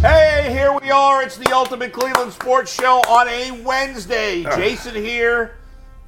Hey, here we are. It's the Ultimate Cleveland Sports Show on a Wednesday. Ah. Jason here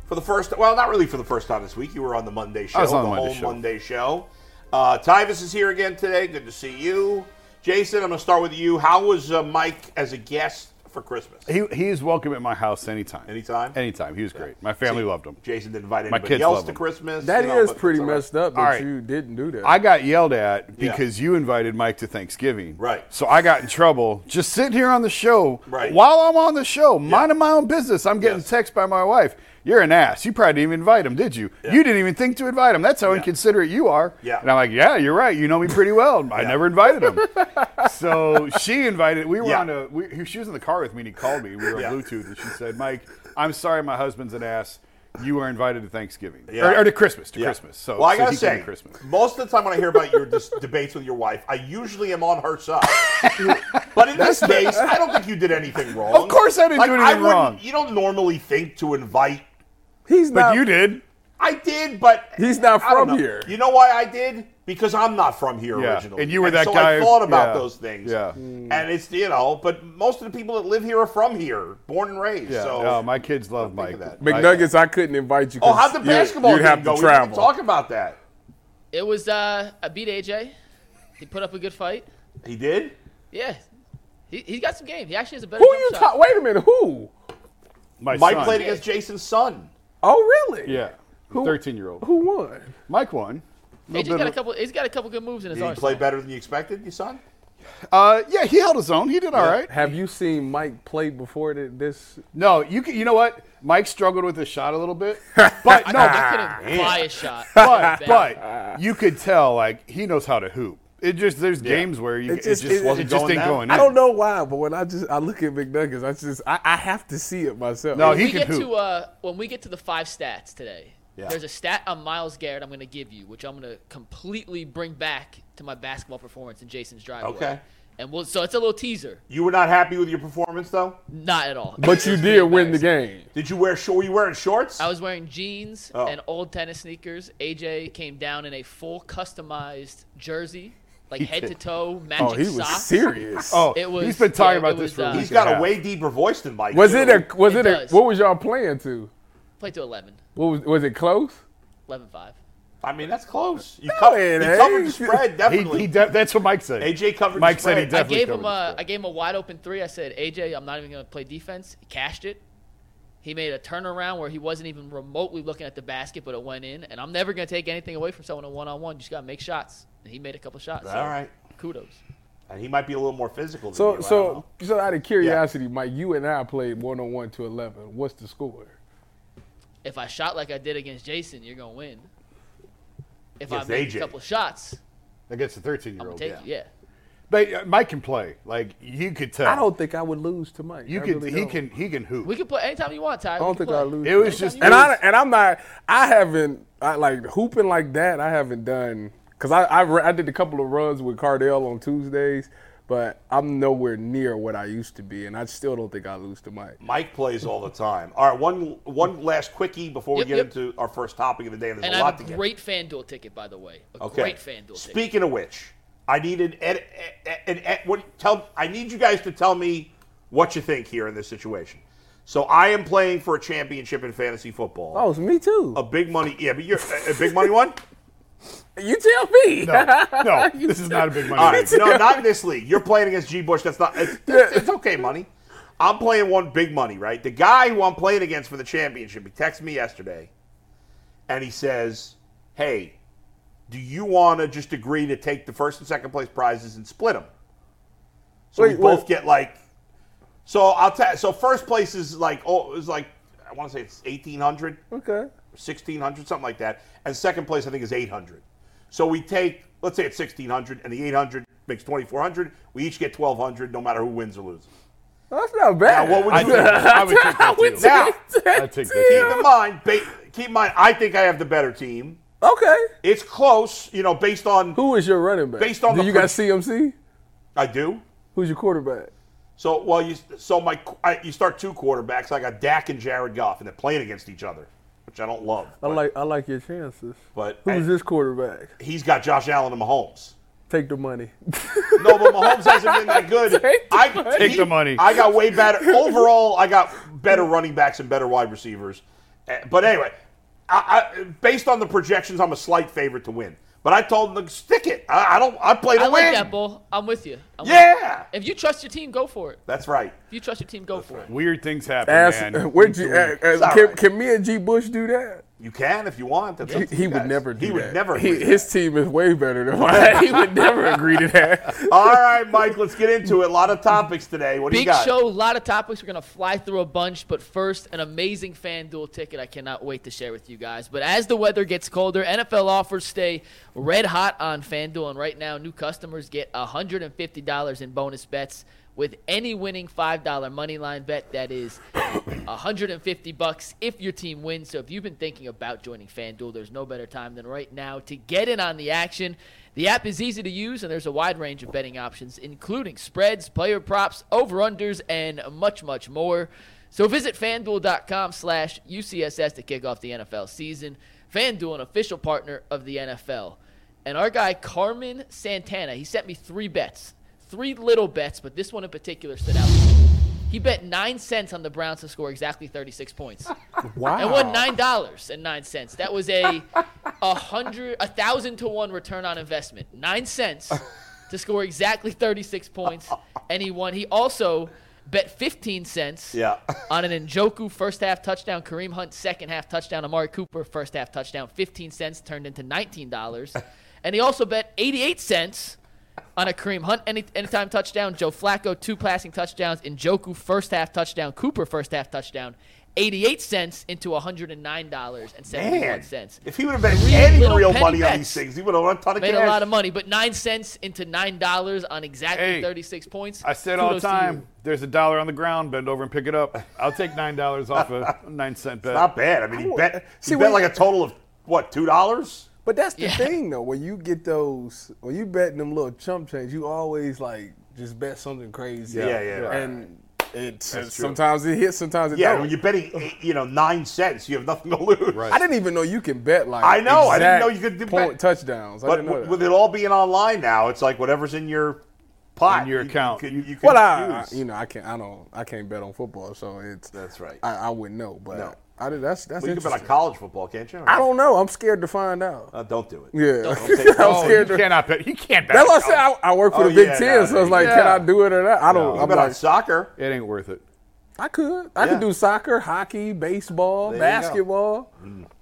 for the first, well, not really for the first time this week. You were on the Monday show, I was on the Monday whole show. Monday show. Uh, Tyvis is here again today. Good to see you. Jason, I'm going to start with you. How was uh, Mike as a guest for Christmas? He, he's welcome at my house anytime. Anytime? Anytime. He was great. My family loved him. Jason didn't invite My anybody kids else love to him. Christmas. That is you know, but pretty it's all right. messed up that All right. you didn't do that. I got yelled at Yeah. because you invited Mike to Thanksgiving. Right. So I got in trouble just sitting here on the show. Right. While I'm on the show, minding my own business, I'm getting Yes. text by my wife. You're an ass. You probably didn't even invite him, did you? You didn't even think to invite him. That's how inconsiderate you are. Yeah. And I'm like, yeah, you're right. You know me pretty well. I never invited him. so she invited. We were Yeah. on a. We, she was in the car with me, and he called me. We were on Yeah. Bluetooth, and she said, "Mike, I'm sorry, my husband's an ass. You are invited to Thanksgiving Yeah. or, or to Christmas. To Yeah. Christmas. So well, I so gotta he came to say, Christmas. most of the time when I hear about your dis- debates with your wife, I usually am on her side. but in this case, I don't think you did anything wrong. Of course I didn't Like, do anything I wouldn't- wrong. You don't normally think to invite. he's But not. you did. I did, but He's not I don't from know. here. You know why I did? Because I'm not from here Yeah, originally, and you were that so guy I who- thought about yeah, those things. Mm. yeah. and it's you know, but most of the people that live here are from here, born and raised. Yeah. So no, my kids love Mike. of that. McNuggets, I, couldn't invite you. oh, 'cause how'd the you- basketball You'd game have go? We to didn't travel. talk about that. It was uh, I beat AJ. He put up a good fight. He did. Yeah, he he got some game. He actually has a better. who jump you shot. talk? Wait a minute. Who? My Mike son. played against Jason's son. Oh, really? Yeah. Thirteen-year-old. Who won? Mike won. AJ's bit got a of- couple. He's got a couple good moves in his Did he arsenal. play better than you expected, your son? Uh, yeah, he held his own. He did all right. Have you seen Mike play before th- this? No, you can, you know what? Mike struggled with his shot a little bit, but no, I couldn't fly a shot. but Bad. but you could tell like he knows how to hoop. It just there's games where you, It it just, just- it- wasn't it just going ain't ain't going going. I don't know why, but when I just I look at McNuggets, I just I, I have to see it myself. No, When he we can get hoop. to uh, when we get to the five stats today. There's a stat on Miles Garrett I'm going to give you, which I'm going to completely bring back to my basketball performance in Jason's driveway. Okay. And we'll, so it's a little teaser. You were not happy with your performance, though. Not at all. but you did win the game. Did you wear short? Were you wearing shorts? I was wearing jeans Oh. and old tennis sneakers. AJ came down in a full customized jersey, like head to toe, matching Oh, he was socks. serious. Oh, It was- he's been talking yeah, about it this was, for a uh, week He's and got a half. way deeper voice than Mike. was too. it a was It it, does. a what was y'all playing to? Played to 11, What was was it close? 11-5. I mean, that's close. You, covered, it you covered the ain't. spread He, definitely. he de- that's what Mike said. AJ covered the Mike said he spread. I I definitely gave him covered a the I gave him a wide open three. I said, AJ, I'm not even going to play defense. He cashed it. He made a turnaround where he wasn't even remotely looking at the basket, but it went in. And I'm never going to take anything away from someone in one on one. You just got to make shots. And he made a couple shots. So All right, Kudos. and he might be a little more physical. Than you, So I don't know. so so out of curiosity, Mike, you and I played one on one to eleven. What's the score? If I shot like I did against Jason, you're going to win. If Against I make AJ. a couple shots, against a 13 I'm year going old. to take Yeah. you. Yeah. But uh, Mike can play. Like you could tell. I don't think I would lose to Mike. You I can. really he don't. can. He can hoop. We can play anytime you want, Ty. I don't think I lose. It to was Mike. just- and I and I'm not. I haven't. I like hooping like that. I haven't done because I, I re- I did a couple of runs with Cardell on Tuesdays, but I'm nowhere near what I used to be, and I still don't think I lose to Mike. Mike plays all the time. All right, one one last quickie before Yep, we get yep. into our first topic of the day. There's And a I lot have a to get. great FanDuel ticket, by the way. A okay. great FanDuel ticket. Speaking of which, I need an ed, ed, ed, ed- what tell I need you guys to tell me what you think here in this situation. So I am playing for a championship in fantasy football. Oh, it's me too. A big money, yeah, but you're a a big money one. You tell me. No, no, this is not a big money. All league. right, no, not in this league. You're playing against G. Bush. That's not. It's, it's, it's okay, money. I'm playing one big money, right? The guy who I'm playing against for the championship, he texted me yesterday, and he says, "Hey, do you want to just agree to take the first and second place prizes and split them? So we Wait, both wait. get like." So I'll tell. So first place is like oh, it's like I want to say it's eighteen hundred Okay. sixteen hundred, something like that. And second place, I think, is eight hundred. So we take, let's say it's sixteen hundred, and the eight hundred makes twenty four hundred. We each get twelve hundred, no matter who wins or loses. That's not bad. Now, what would I, you think, I would take that would deal. Now, take I that take that deal. keep in mind? Ba- keep in mind, I think I have the better team. Okay. It's close, you know, based on Who is your running back? Based on Do the you got pro- CMC? I do. Who's your quarterback? So well, you so my I, you start two quarterbacks. I got Dak and Jared Goff, and they're playing against each other, which I don't love. I like I like your chances. But Who's I- this quarterback? he's got Josh Allen and Mahomes. Take the money. No, but Mahomes hasn't been that good. Take the I, money. Take the money. I got way better overall. I got better running backs and better wide receivers. Eh, But anyway, I, I, based on the projections, I'm a slight favorite to win. But I told them stick it. I, I don't. I play to I like win. that, Bull. I'm with you. I'm with you. yeah, If you trust your team, go for it. that's right. If you trust your team, go for it. Weird things happen, Ask, man. where'd you, uh, It's all can, right. can me and G. Bush do that? You can if you want. That's up He, to he you would guys. never do He that. would never. He- agree to his team is way better than mine. he would never agree to that. that. All right, Mike. Let's get into it. A lot of topics today. What do you Big got? show, a lot of topics. We're going to fly through a bunch, but first, an amazing fan duel ticket I cannot wait to share with you guys. But as the weather gets colder, NFL offers stay red hot on FanDuel, and right now, new customers get $150 in bonus bets with any winning $5 money line bet. That is 150 bucks if your team wins. So if you've been thinking about joining FanDuel, there's no better time than right now to get in on the action. The app is easy to use, and there's a wide range of betting options, including spreads, player props, over-unders, and much, much more. So visit FanDuel.com slash UCSS to kick off the NFL season. FanDuel, an official partner of the NFL. And our guy, Carmen Santana, he sent me three bets. Three little bets, but this one in particular stood out. He bet nine cents on the Browns to score exactly 36 points. Wow. And won nine dollars and nine cents. That was a a hundred a thousand to one return on investment. Nine cents to score exactly 36 points, and he won. He also bet 15 cents Yeah. on an Njoku first half touchdown, Kareem Hunt second half touchdown, Amari Cooper first half touchdown, 15 cents turned into $19. and he also bet 88 cents on a Kareem Hunt any, anytime touchdown, Joe Flacco two passing touchdowns, Njoku first half touchdown, Cooper first half touchdown, 88 cents into Man, $109.71. if he would have been Three any little real penny money on bets. these things, he would have won a ton of Made cash. a lot of money, but nine cents into nine dollars on exactly Hey, 36 points. I said all the Kudos to you. time, there's a dollar on the ground, bend over and pick it up. I'll take nine dollars off a nine cent bet. Not bad. I mean, he bet. uh, See, he bet we- like a total of what two dollars? But that's the Yeah. thing, though. When you get those, when you betting them little chump change, you always like just bet something crazy. Yeah, yeah, right. And it true. sometimes it hits, sometimes it Yeah, don't. when you're betting, eight- you know, nine cents, you have nothing to lose. I didn't even know you can bet like I know, I didn't know exact you could do point bet. touchdowns. I But didn't know w- that. with it all being online now, it's like whatever's in your pot, In your you- account. You, can- you can well, I, I- use. you know I can't I don't I can't bet on football, so it's That's right. I, I wouldn't know, but No. I did, that's that's Well, you can bet on interesting. college football, can't you? I don't know. I'm scared to find out. Uh, don't do it. Yeah, take- I'm Oh, scared. you to, cannot bet. He can't bet. that's why I said I, I work for Oh, the Big yeah, Ten, no, so it's no, like, yeah. can I do it or not? I don't. You I'm bet on like, soccer. It ain't worth it. I could. I could Yeah. do soccer, hockey, baseball, There you go. basketball.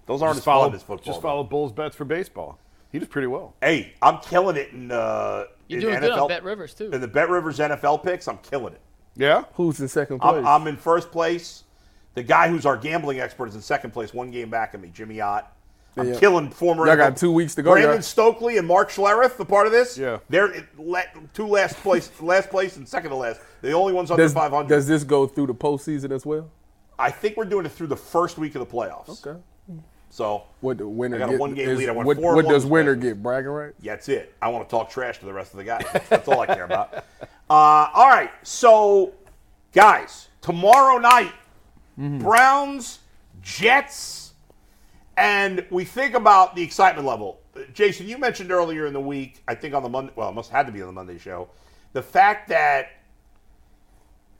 Those aren't as Just fun follow, as football. just though. follow Bulls bets for baseball. He does pretty well. Hey, I'm killing it in, uh, You're in doing NFL. good on Bet Rivers too. In the Bet Rivers NFL picks, I'm killing it. Yeah. Who's in second place? I'm, I'm in first place. The guy who's our gambling expert is in second place, one game back of me, Jimmy Ott. I'm Yeah. killing former. Y'all got two weeks to go, Brandon y'all. Stokely and Mark Schlereth, the part of this. Yeah. they're in la- two last place, last place and second to last. The only ones under does, 500. does this go through the postseason as well? I think we're doing it through the first week of the playoffs. Okay. So What the winner I got a get- one-game is- lead. I won what, four what one does winner possessions. get? Bragging right? yeah, that's it. I want to talk trash to the rest of the guys. That's all I care about. Uh, all right, so guys, tomorrow night, Mm-hmm. Browns, Jets, and we think about the excitement level. Uh, Jason, you mentioned earlier in the week, I think on the Monday, well, it must had to be on the Monday show, the fact that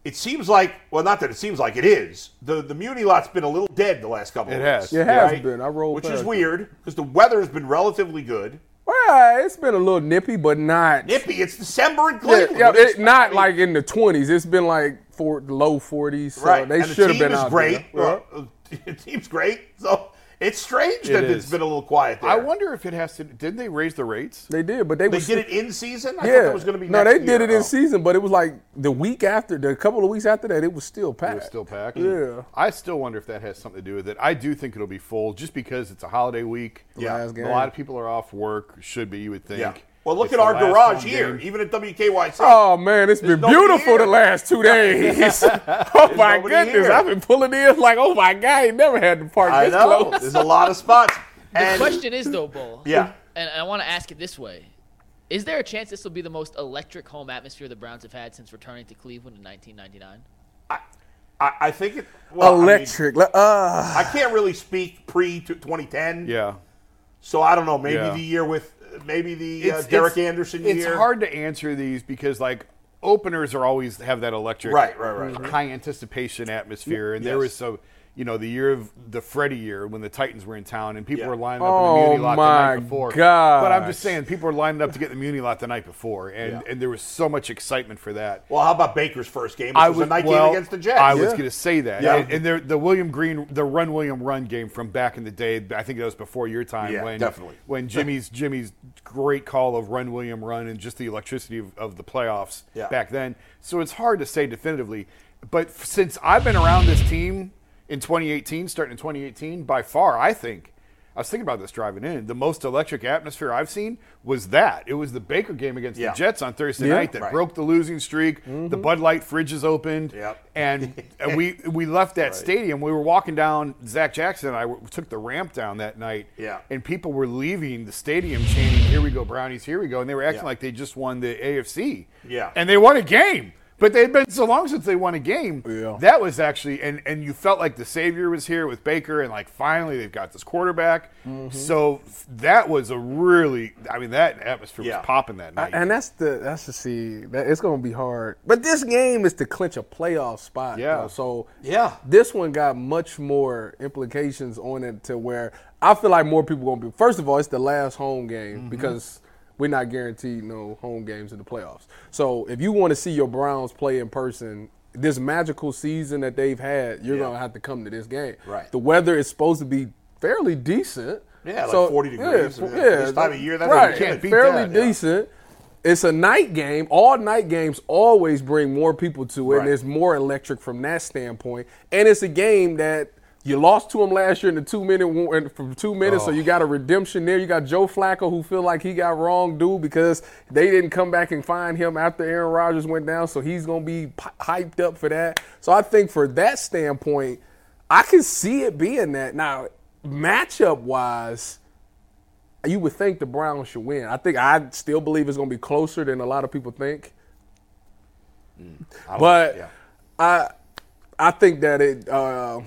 It seems like, well, not that it seems like it is. The the muni lot's been a little dead the last couple. It of has. weeks, It has been. I rolled which is past it. weird because the weather has been relatively good. Well, it's been a little nippy, but not. Nippy, it's December in Yeah, Cleveland. yeah, What do you it, expect? I not mean, like in the twenties. It's been like four, low forties. So right. They and should the have team been is out great. there. Yeah. Uh, the team's great. So it's strange It that is. it's been a little quiet there. I wonder if it has to. Didn't they raise the rates? They did, but they, They was- did it in season. I thought yeah, that was going to be. no, next they did year. it in Oh. season, but it was like the week after, the couple of weeks after that, it was still packed. It was still packed. Yeah. I still wonder if that has something to do with it. I do think it'll be full just because it's a holiday week. Yeah. Last game. A lot of people are off work. Should be, you would think. Yeah. Well, look It's at the our last garage home here, game. even at WKYC. Oh man, it's been nobody beautiful here. the last two days. oh my nobody goodness, here. I've been pulling in like, oh my god, I ain't never had to park I this know. close. There's a lot of spots. And Question is though, Bull. Yeah. And I want to ask it this way: Is there a chance this will be the most electric home atmosphere the Browns have had since returning to Cleveland in 1999? I, I think it well, I mean, Electric. like, uh, I, can't really speak pre to 2010. Yeah. So I don't know. Maybe Yeah. the year with maybe the uh, Derek Anderson It's year. hard to answer these because like openers are always have that electric, Right, right, right, right. high anticipation atmosphere, and there Yes. was so. You know the year of the Freddie year when the Titans were in town and people Yeah. were lining up in Oh, the Muni lot the night my before. But I'm gosh. just saying people were lining up to get in the Muni lot the night before, and, Yeah. and there was so much excitement for that. well, how about Baker's first game? Which was, a night well, game against the Jets. I was going to say that. Yeah. And, and there, the William Green, the run William run game from back in the day. I think that was before your time. Yeah, when, definitely. When Jimmy's Jimmy's great call of run William run and just the electricity of, of the playoffs Yeah. back then. So it's hard to say definitively. But f- since I've been around this team in 2018, starting in 2018, by far, I think. I was thinking about this driving in. The most electric atmosphere I've seen was that. It was the Baker game against Yeah. the Jets on Thursday Yeah. night that Right. Mm-hmm. broke broke the losing streak. The Bud Light fridge is opened, Yep. and, and we we left that stadium. We were walking down. Zach Jackson and I w- took the ramp down that night, Yeah. and people were leaving the stadium chanting, "Here we go, Brownies! Here we go!" And they were acting Yeah. like they just won the AFC, Yeah. and they won a game. But they had been so long since they won a game. Yeah. That was actually, and, and you felt like the savior was here with Baker, and like finally they've got this quarterback. Mm-hmm. So f- that was a really, I mean, that atmosphere Yeah. was popping that night. and that's the that's the see that it's gonna be hard. But this game is to clinch a playoff spot. Yeah. though, so Yeah. this one got much more implications on it to where I feel like more people gonna be. First of all, it's the last home game Mm-hmm. because we're not guaranteed no home games in the playoffs. So if you want to see your Browns play in person. This magical season that they've had, you're Yeah. gonna have to come to this game. Right. The weather is supposed to be fairly decent. Yeah, like so, 40 degrees. Yeah, Yeah, this time of year, that's right. what you can't beat fairly that, yeah. decent. It's a night game. All night games always bring more people to it, Right. and it's more electric from that standpoint. And it's a game that you lost to them last year in the two minute wa- in- from two minutes, so you got a redemption there. You got Joe Flacco who feel like he got wrong due because they didn't come back and find him after Aaron Rodgers went down, so he's gonna be p- hyped up for that. So I think for that standpoint, I can see it being that. Now, matchup wise, you would think the Browns should win. I think I still believe it's going to be closer than a lot of people think. Oh, but yeah. I I think that it uh,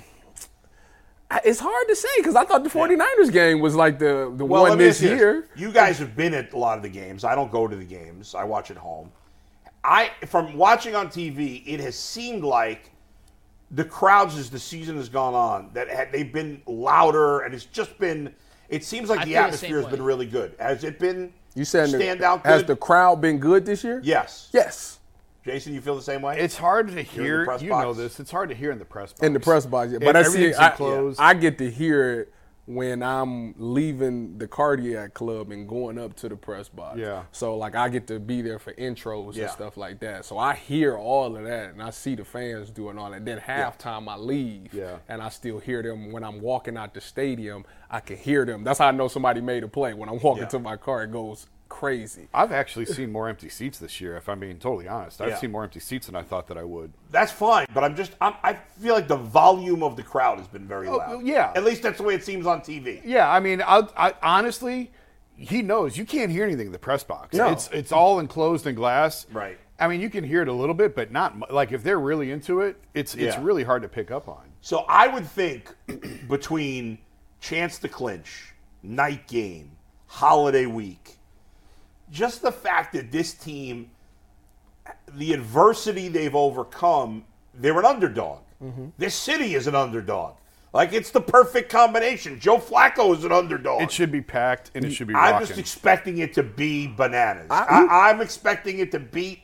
I- it's hard to say because I thought the 49ers game was like the, the Well, one let me this ask you year. You guys have been at a lot of the games. I don't go to the games. I watch at home. I from watching on TV, it has seemed like the crowds as the season has gone on that had, they've been louder and it's just been. It seems like I the feel the atmosphere same has way. been really good. Has it been? You said the- stand out good? has the crowd been good this year? yes. Yes. Jason, you feel the same way? It's hard to the hear. press You box. know this. It's hard to hear in the press box. In the press box, yeah. And But I see, everything's I, enclosed. I get to hear it when I'm leaving the cardiac club and going up to the press box. Yeah. So like I get to be there for intros Yeah. and stuff like that. So I hear all of that and I see the fans doing all that. Then halftime I leave. Yeah. And I still hear them when I'm walking out the stadium. I can hear them. That's how I know somebody made a play. When I'm walking Yeah. to my car, it goes crazy. I've actually seen more empty seats this year. If I'm being totally honest, I've Yeah. seen more empty seats than I thought that I would. That's fine, but I'm just I'm, I feel like the volume of the crowd has been Oh, very loud. yeah. At least that's the way it seems on TV. Yeah, I mean, I, I, honestly, he knows you can't hear anything in the press box. No. It's it's all enclosed in glass. Right. I mean, you can hear it a little bit, but not mu- like if they're really into it. It's it's Yeah. really hard to pick up on. So I would think between chance to clinch, night game, holiday week, just the fact that this team the adversity they've overcome, they're an underdog. Mm-hmm. This city is an underdog. Like it's the perfect combination. Joe Flacco is an underdog. It should be packed and it should be I'm rocking. just expecting it to be bananas. I, am expecting it to beat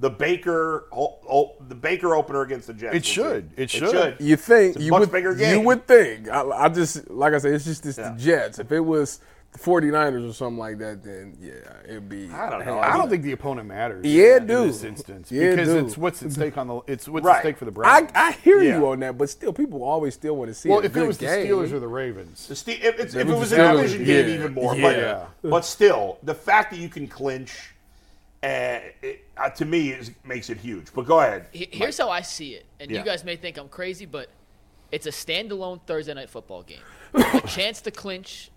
the Baker o- o- the Baker opener against the Jets. It should. It should. You think a you much would bigger you game. would think. I, I just like I said, it's just it's Yeah. the Jets. If it was the 49ers or something like that, then yeah, it'd be. I don't know. I don't think the opponent matters. Yeah, in dude. this instance, Yeah, because dude. it's what's at stake on the it's what's Right. at stake for the I, Browns. I hear Yeah. you on that, but still, people always still want to see. well, a if it good was game. the Steelers or the Ravens, The Ste- if, it's, if it was was the an Steelers. division game, Yeah. even more. Yeah. But, but still, the fact that you can clinch, uh, it, uh, to me, is, makes it huge. But go ahead. He- Here's how I see it, and Yeah. you guys may think I'm crazy, but it's a standalone Thursday night football game. a chance to clinch,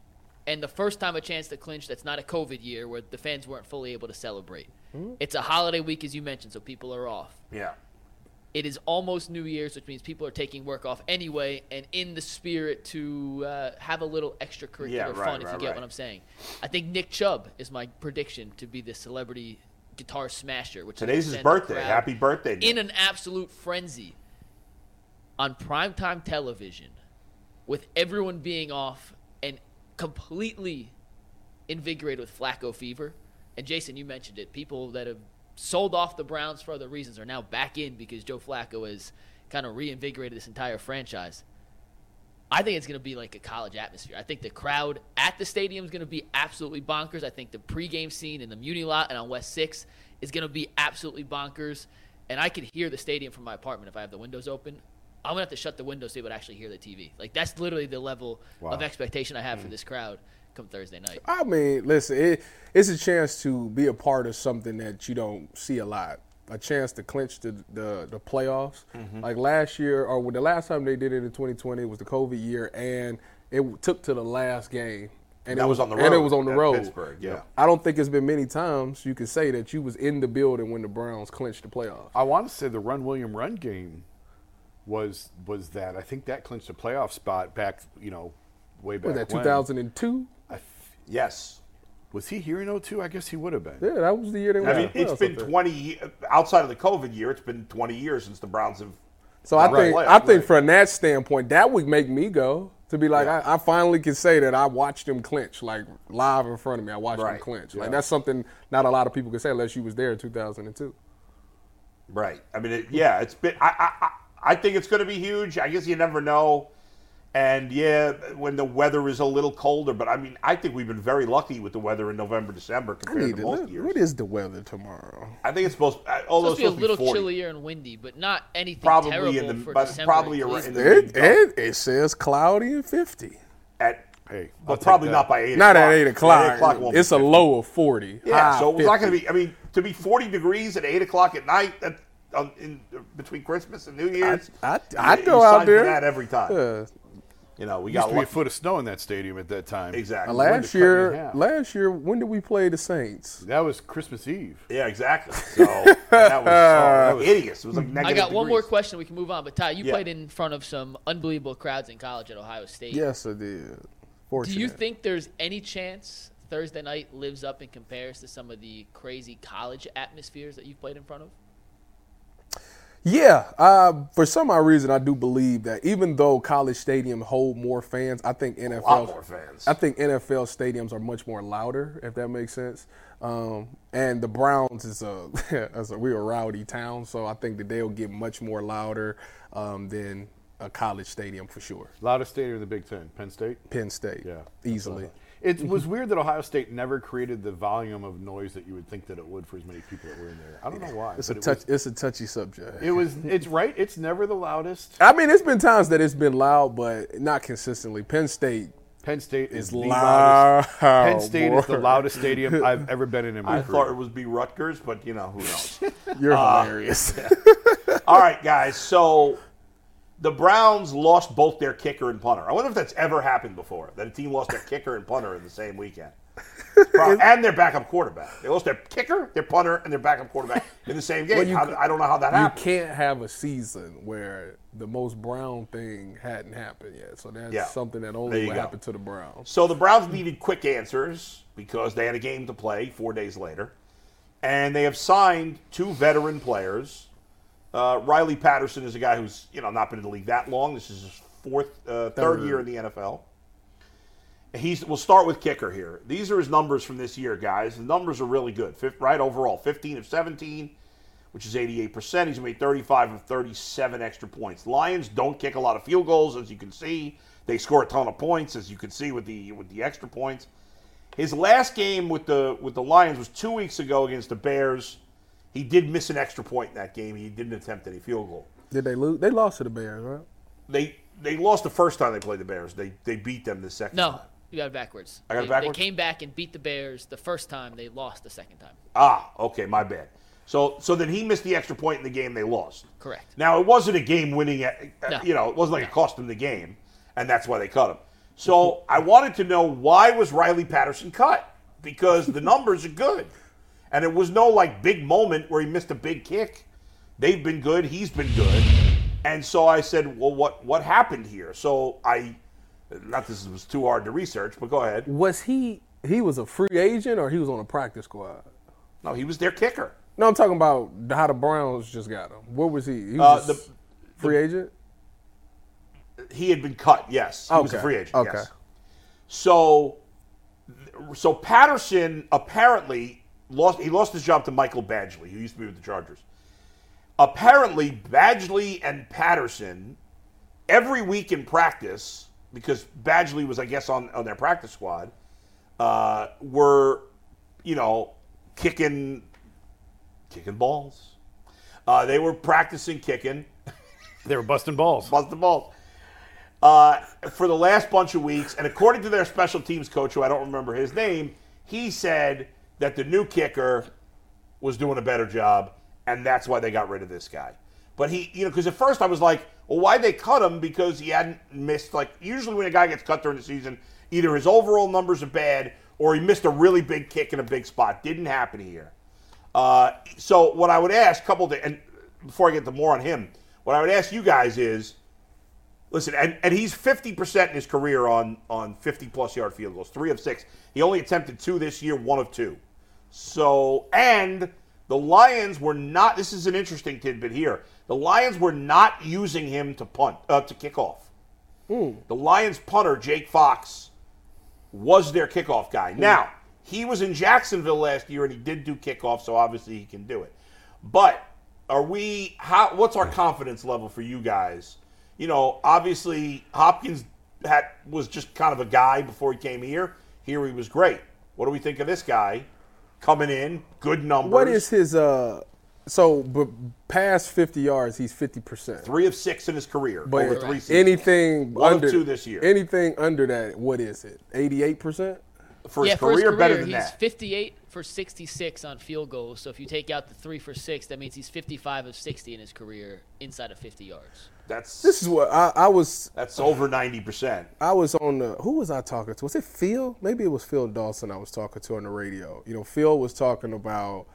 and the first time a chance to clinch that's not a COVID year where the fans weren't fully able to celebrate. Hmm. It's a holiday week, as you mentioned, so people are off. Yeah. It is almost New Year's, which means people are taking work off anyway, and in the spirit to uh, have a little extracurricular Yeah, right, fun, if right, you get right. what I'm saying. I think Nick Chubb is my prediction to be the celebrity guitar smasher. Which is Today's his gonna send the birthday. crowd Happy birthday. Nick. in an absolute frenzy on primetime television with everyone being off and completely invigorated with Flacco fever. And Jason, you mentioned it. People that have sold off the Browns for other reasons are now back in because Joe Flacco has kind of reinvigorated this entire franchise. I think it's going to be like a college atmosphere. I think the crowd at the stadium is going to be absolutely bonkers. I think the pregame scene in the Muni lot and on West 6 is going to be absolutely bonkers. And I can hear the stadium from my apartment if I have the windows open. I'm going to have to shut the windows so you would actually hear the TV. Like, that's literally the level of expectation I have Hmm. for this crowd come Thursday night. I mean, listen, it, it's a chance to be a part of something that you don't see a lot. A chance to clinch the the, the playoffs. Mm-hmm. Like last year, or the last time they did it in 2020 was the COVID year, and it took to the last game. And That it was on the And it road was on the at road. Pittsburgh, yeah. I don't think it's been many times you can say that you was in the building when the Browns clinched the playoffs. I want to say the Run William Run game was was that. I think that clinched a playoff spot back, you know, way back. Was that when. 2002? yes. Was he here in 02? I guess he would have been. Yeah, that was the year they went. I mean, to the it's playoffs, been I think. 20 ye- outside of the COVID year. It's been 20 years since the Browns have. So I Right, think right, I think right. from that standpoint, that would make me go to be like, I, I finally can say that I watched them clinch like live in front of me. I watched them Right, clinch. Like that's something not a lot of people can say unless you was there in 2002. Right. I mean, it, yeah, it's been. I, I, I I think it's going to be huge. I guess you never know. And yeah, when the weather is a little colder, but I mean, I think we've been very lucky with the weather in November, December I compared need to to. most look- years. What is the weather tomorrow? I think it's uh, oh, supposed. I- Although supposed to be a little 40. chillier and windy, but not anything Probably terrible in the for but December. probably in around in Cleveland. the It, mid- it it says cloudy and 50. at Hey, I'll but take probably that. not by eight. Not o'clock. at eight At eight o'clock. o'clock won't be it's a low of 40. Yeah, high so it was not 50. going to be. I mean, to be 40 degrees at 8 o'clock at night that, um, in, between Christmas and New Year's. I- you- I'd go you out sign for there. that every time. Yeah. You know, we got Used to be a lucky. foot of snow in that stadium at that time. Exactly. Last cut you in year, half. last year, when did we play the Saints? That was Christmas Eve. Yeah, exactly. So that was, oh, that was hideous. It was like negative I got one more degrees. question. We can move on. But Ty, you Yeah. played in front of some unbelievable crowds in college at Ohio State. Yes, I did. Do Fortunate. you think there's any chance Thursday night lives up and compares to some of the crazy college atmospheres that you've played in front of? Yeah, uh, for some odd reason, I do believe that even though college stadium hold more fans, I think NFL lot more fans. I think NFL stadiums are much more louder, if that makes sense. Um, and the Browns is a, is a real rowdy town, so I think that they'll get much more louder um, than a college stadium for sure. Loudest stadium in the Big Ten, Penn State. Penn State, Yeah, easily. It was weird that Ohio State never created the volume of noise that you would think that it would for as many people that were in there. I don't know why. It's a but touch. It was, It's a touchy subject. it was. It's right. It's never the loudest. I mean, it's been times that it's been loud, but not consistently. Penn State Penn State is It's the loud, loudest. Penn State is the boy. loudest stadium I've ever been in in my I career. thought it would be Rutgers, but you know who knows. You're Ah. hilarious. All right, guys. So the Browns lost both their kicker and punter. I wonder if that's ever happened before that a team lost their kicker and punter in the same weekend. It's prob- and their backup quarterback. They lost their kicker, their punter, and their backup quarterback in the same game. Well, you- I, I don't know how that you happened. can't have a season where the most brown thing hadn't happened yet. So that's Yeah. something that There only you would go. happen to the Browns. So the Browns needed quick answers because they had a game to play four days later. and they have signed two veteran players. Uh, Riley Patterson is a guy who's you know not been in the league that long. This is his fourth, uh, third year in the NFL. He's. We'll start with kicker here. These are his numbers from this year, guys. The numbers are really good. Fif- right overall, 15 of 17, which is 88%. He's made 35 of 37 extra points. Lions don't kick a lot of field goals, as you can see. They score a ton of points, as you can see with the with the extra points. His last game with the with the Lions was two weeks ago against the Bears. He did miss an extra point in that game. He didn't attempt any field goal. Did they lose? They lost to the Bears, right? They they lost the first time they played the Bears. They they beat them the second. No, time. you got it backwards. I got it they, backwards? They came back and beat the Bears the first time. They lost the second time. Ah, okay, my bad. So so then he missed the extra point in the game they lost. Correct. Now it wasn't a game winning. uh, No. You know, it wasn't like it cost them the game, and that's why they cut him. So I wanted to know why was Riley Patterson cut because the numbers are good, and it was no like big moment where he missed a big kick. They've been good. He's been good, and so I said, well, what what happened here? So I. Not this was too hard to research, but go ahead. Was he? He was a free agent, or he was on a practice squad? No, he was their kicker. No, I'm talking about how the Browns just got him. What was he? He Uh, was just the- free agent. He had been cut. Yes, he was a Okay, free agent. okay. Yes. So, so Patterson apparently lost. He lost his job to Michael Badgley, who used to be with the Chargers. Apparently, Badgley and Patterson every week in practice, because Badgley was, I guess, on on their practice squad, uh, were, you know, kicking, kicking balls. Uh, they were practicing kicking They were busting balls. bust the balls. Uh, for the last bunch of weeks, and according to their special teams coach, who I don't remember his name, he said that the new kicker was doing a better job, and that's why they got rid of this guy. But he, you know, because at first I was like, well, why they cut him? Because he hadn't missed, like, usually when a guy gets cut during the season, either his overall numbers are bad or he missed a really big kick in a big spot. Didn't happen here. Uh, so what I would ask, couple to, and before I get to more on him, what I would ask you guys is, listen, and, and he's fifty percent in his career on on fifty plus yard field goals, three of six. He only attempted two this year, one of two. So and the Lions were not. This is an interesting tidbit here. The Lions were not using him to punt uh, to kick off. The Lions punter Jake Fox was their kickoff Hmm. guy. Now, he was in Jacksonville last year and he did do kickoff, so obviously he can do it. But are we how what's our confidence level for you guys? You know, obviously Hopkins had was just kind of a guy before he came here. Here he was great. What do we think of this guy coming in? Good numbers. What is his? uh So, but past 50 yards, he's 50 percent. three of six in his career But over three seasons? anything One of under two this year. Anything under that, what is it? 88 percent. for, yeah, his career, better than he's that. 58 for 66 on field goals. So if you take out the three for six, that means he's 55 of 60 in his career inside of 50 yards. That's This is what I, I was. that's over ninety percent. I was on the who was I talking to? Was it Phil? Maybe it was Phil Dawson I was talking to on the radio. You know, Phil was talking about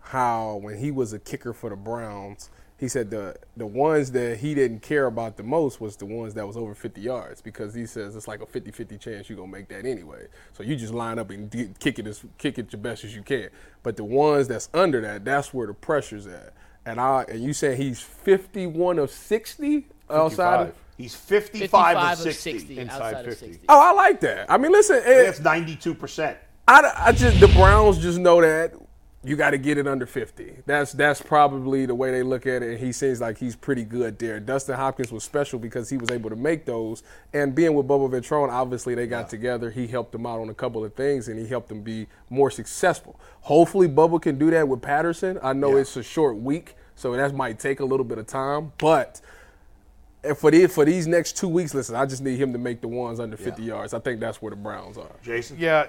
how when he was a kicker for the Browns, he said the the ones that he didn't care about the most was the ones that was over 50 yards because he says it's like a 50-50 chance you're going to make that anyway. So you just line up and get, kick it as kick it your best as you can. But the ones that's under that, that's where the pressure's at. And I and you said he's 51 of 60 outside of, 55. He's 55, 55 of 60. inside outside 50. of 60. Oh, I like that. I mean, listen, it, That's 92%. I, I just the Browns just know that you got to get it under 50. That's that's probably the way they look at it. And he seems like he's pretty good there. Dustin Hopkins was special because he was able to make those. And being with Bubba Ventron, obviously they got together. He helped them out on a couple of things, and he helped them be more successful. Hopefully, Bubba can do that with Patterson. I know it's a short week, so that might take a little bit of time, but. And for the, for these next two weeks, listen, I just need him to make the ones under 50 yards. I think that's where the Browns are. Jason? Yeah,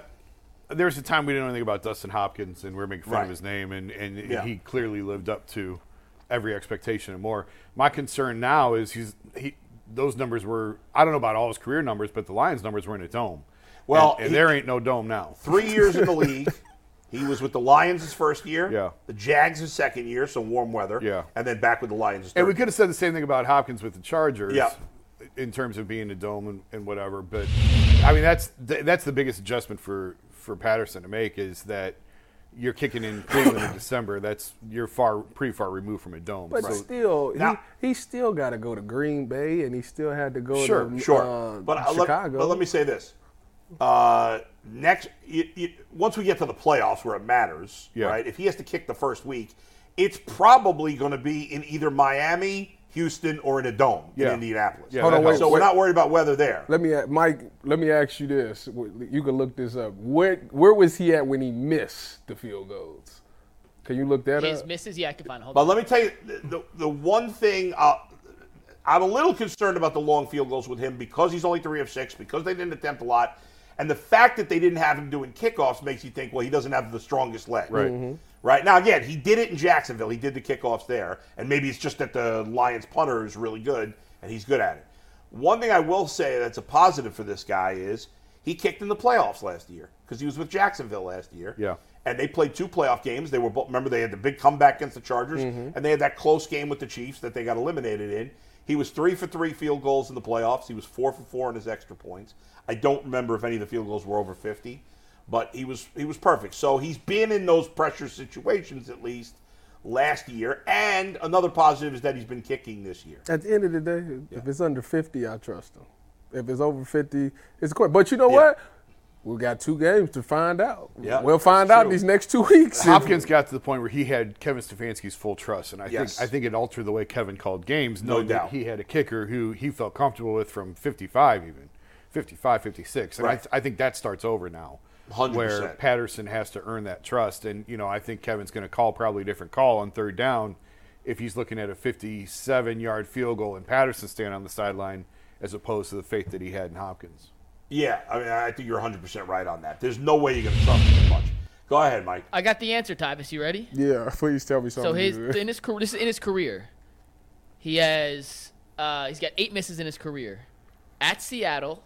there was a time we didn't know anything about Dustin Hopkins, and we were making fun Right. of his name, and, and Yeah. he clearly lived up to every expectation and more. My concern now is he's he those numbers were I don't know about all his career numbers, but the Lions numbers were in a dome. Well, and, and he- there ain't no dome now. Three years in the league. He was with the Lions his first year. Yeah. The Jags his second year, so warm weather. Yeah. And then back with the Lions his And third we could have said the same thing about Hopkins with the Chargers, Yeah. in terms of being a dome and, and whatever. But I mean, that's th- that's the biggest adjustment for for Patterson to make is that you're kicking in Cleveland in December. That's you're far pretty far removed from a dome. But so still, Now- he, he still got to go to Green Bay, and he still had to go Sure, to Sure, uh, but, I- let- Chicago. but let me say this: uh, next, you, you, once we get to the playoffs where it matters, Yeah. right? If he has to kick the first week, it's probably going to be in either Miami, Houston, or in a dome Yeah. in Indianapolis. Yeah, Hold that on, wait, helps. so we're not worried about weather there. Let me, Mike. Let me ask you this. You can look this up. Where where was he at when he missed the field goals? Can you look that His up? misses, yeah, I can find. Hold But on. let me tell you, the, the, the one thing uh, I'm a little concerned about the long field goals with him because he's only three of six, because they didn't attempt a lot, and the fact that they didn't have him doing kickoffs makes you think, well, he doesn't have the strongest leg. Mm-hmm. Right. Right now, again, he did it in Jacksonville. He did the kickoffs there, and maybe it's just that the Lions punter is really good and he's good at it. One thing I will say that's a positive for this guy is he kicked in the playoffs last year because he was with Jacksonville last year. Yeah. and they played two playoff games. They were both, remember they had the big comeback against the Chargers, and they had that close game with the Chiefs that they got eliminated in. He was three for three field goals in the playoffs. He was four for four in his extra points. I don't remember if any of the field goals were over fifty, but he was he was perfect. So he's been in those pressure situations at least last year. And another positive is that he's been kicking this year. At the end of the day, if it's under fifty, I trust him. If it's over fifty, it's quick. But you know Yeah. what? We got two games to find out. Yeah, we'll find that's out true. these next two weeks. if- Hopkins got to the point where he had Kevin Stefanski's full trust, and I Yes. think I think it altered the way Kevin called games. No knowing that doubt. he had a kicker who he felt comfortable with from 55 even 55, 56, and I, Right. th- I think that starts over now. 100%. Where Patterson has to earn that trust, and you know I think Kevin's going to call probably a different call on third down if he's looking at a 57-yard field goal and Patterson stand on the sideline as opposed to the faith that he had in Hopkins. Yeah, I mean I think you're 100 percent right on that. There's no way you're going to trust him much. Go ahead, Mike. I got the answer, Tyvus. You ready? yeah, please tell me So something. his good. in his career, this is in his career. He has uh, he's got eight misses in his career, at Seattle,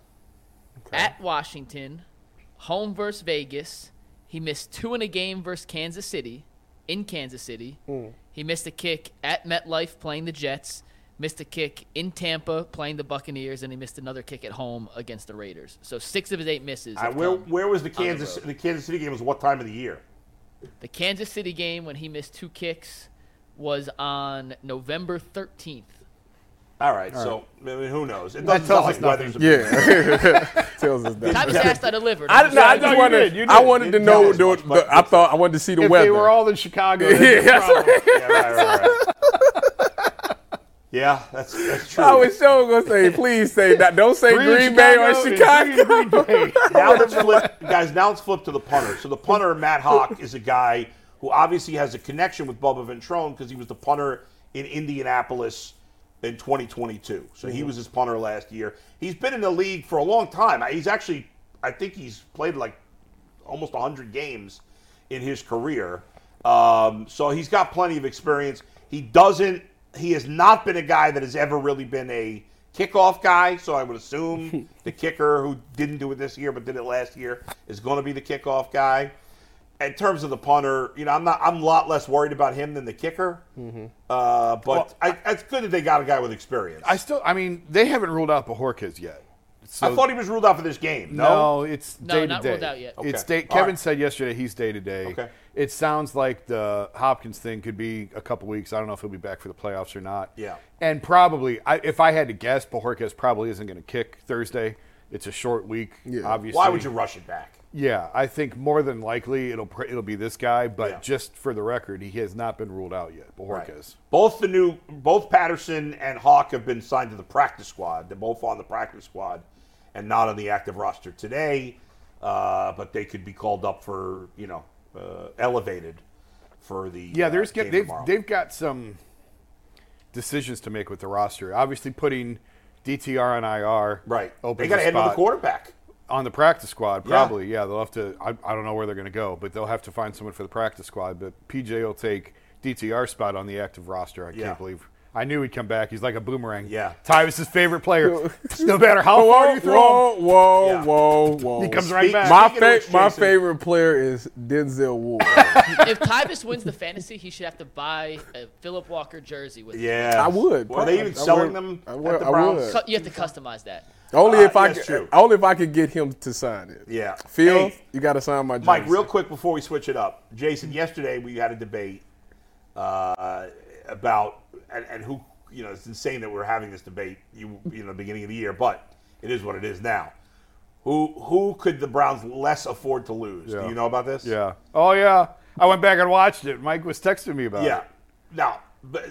at Washington, home versus Vegas. He missed two in a game versus Kansas City, in Kansas City. He missed a kick at MetLife playing the Jets. Missed a kick in Tampa playing the Buccaneers, and he missed another kick at home against the Raiders. So six of his eight misses. I, have Uh, where, come. where was the the Kansas road. the Kansas City game? Was what time of the year? The Kansas City game when he missed two kicks was on November 13th. All right, so I mean, who knows? It doesn't That tells sound like weather's us a big yeah, tells us that. Tyvus asked I delivered. I, no, I No, just you wanted. did, you I did. wanted to It know. tells us The, the- I thought I wanted to see the If weather. they were all in Chicago, that'd be a Yeah, that's problem. yeah, right, right, right. yeah, that's that's true. I was so gonna say, please say that. Don't say Three in Green Bay or Chicago and Chicago. three in Green Bay. now let's flip, guys. Now let's flip to the punter. So the punter, Matt Hawk, is a guy who obviously has a connection with Bubba Ventrone because he was the punter in Indianapolis in 2022. So he was his punter last year. He's been in the league for a long time. He's actually, I think he's played like almost 100 games in his career. Um, so he's got plenty of experience. He doesn't. He has not been a guy that has ever really been a kickoff guy. So I would assume the kicker who didn't do it this year but did it last year is going to be the kickoff guy. In terms of the punter, you know, I'm not. I'm a lot less worried about him than the kicker. Mm-hmm. Uh, but I, it's good that they got a guy with experience. I I, still, I mean, they haven't ruled out Bajorquez yet. So, thought he was ruled out for this game. No. no, it's No, day to not day. ruled out yet. It's Okay. day, All Kevin right. said yesterday he's day to day. Okay. It sounds like the Hopkins thing could be a couple weeks. I don't know if he'll be back for the playoffs or not. Yeah. And probably, I, if I had to guess, Bajorquez probably isn't going to kick Thursday. It's a short week, obviously. Why would you rush it back? Yeah, I think more than likely it'll pr- it'll be this guy. But Yeah. just for the record, he has not been ruled out yet. Bajorquez. Both the new, both Patterson and Hawk have been signed to the practice squad. They're both on the practice squad and not on the active roster today, uh, but they could be called up for you know uh, elevated for the Yeah, uh, there's game they've tomorrow. they've got some decisions to make with the roster. Obviously, putting DTR on IR right. Open they got to the head another spot quarterback. on the practice squad. Probably, yeah. They'll have to. I, I don't know where they're going to go, but they'll have to find someone for the practice squad. But PJ will take DTR spot on the active roster. I Yeah. can't believe. I knew he'd come back. He's like a boomerang. Yeah. Tyvus's favorite player. no matter how far Whoa, you throw whoa, him, whoa, Yeah. whoa, whoa! he comes right back. My, Speaking of fa- which, my Jason- favorite player is Denzel Ward. if Tyvus wins the fantasy, he should have to buy a Philip Walker jersey with. it. Yeah, I would. Are they even I would. selling them I would. at the I would. Browns? Cu- You have to customize that. Only Uh, if I yes, could, true. only if I could get him to sign it. Yeah. Phil, Hey, you got to sign my jersey. Mike, real quick before we switch it up, Jason. Yesterday we had a debate uh, about and, and who you know. It's insane that we're having this debate. You you know, beginning of the year, but it is what it is now. Who who could the Browns less afford to lose? Do Yeah. you know about this? Yeah. Oh yeah. I went back and watched it. Mike was texting me about Yeah. it. Now, but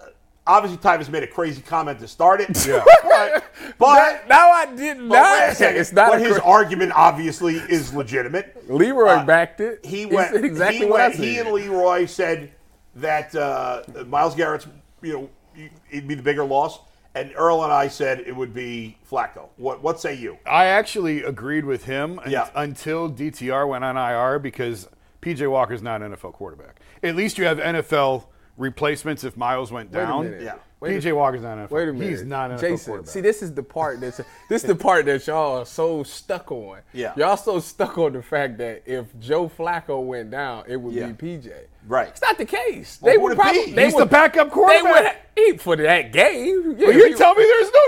uh, obviously, Tyvus made a crazy comment to start it. Yeah. But, but Now I did But not. wait a second. It's not but a his cra- argument obviously is legitimate. Leroy uh, backed it. He went said exactly he what went, I said. He and Leroy said that uh, Miles Garrett's, you know, he- he'd be the bigger loss, and Earl and I said it would be Flacco. What What say you? I actually agreed with him un- Yeah. until DTR went on IR because PJ Walker's not an NFL quarterback. At least you have NFL replacements if Miles went Wait a down. minute. Yeah. Wait a- PJ Walker's not an NFL. Wait a minute. He's not an NFL Jason, quarterback. see, this is the part that's this is the part that y'all are so stuck on. Yeah. Y'all so stuck on the fact that if Joe Flacco went down, it would Yeah. be PJ. Right. It's not the case. Well, they who would would it be? probably. They He's would, the backup They would quarterback. he, for that game. Yeah, Well, you he- tell me there's no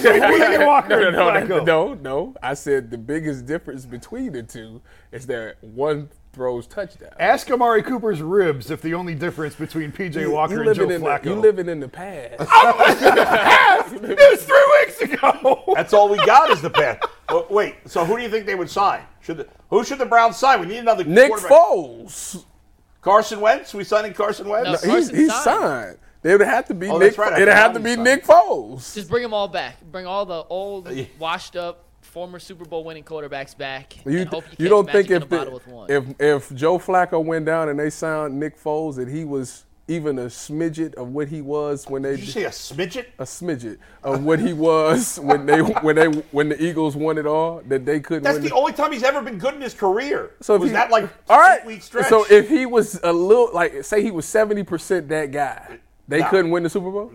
difference between PJ Walker no, no, and no, Flacco. no, no. I said the biggest difference between the two is that one throws touchdown. Ask Amari Cooper's ribs if the only difference between PJ Walker and Joe living in the, Flacco. you living in the past. it was three weeks ago. That's all we got is the path. Oh, Wait. So who do you think they would sign? Should the, who should the Browns sign? We need another Nick quarterback. Foles. Carson Wentz. We signing Carson Wentz. No. He's, Carson he's signed. signed. They would have to be Oh, Nick. that's right. I It'd forgot have to he be signed. Nick Foles. Just bring them all back. Bring all the old, washed up, former Super Bowl winning quarterbacks back. You, and hope you you, catch don't magic think in a if, the- bottle with one. if if Joe Flacco went down and they signed Nick Foles that he was even a smidget of what he was when they Did you say a smidget? a smidget of what he was when they when they when the Eagles won it all that they couldn't. That's win the it. only time he's ever been good in his career. So if was he- that like all right? eight week stretch? So if he was a little like say he was seventy percent that guy, they No. couldn't win the Super Bowl.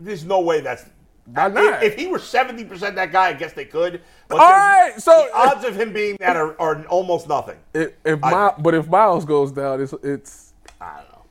there's no way that's Why not? If, if he were seventy percent that guy, I guess they could. But All there's- right, so- the odds of him being that are, are almost nothing. If, if I- my, but if Miles goes down, it's it's. I don't know.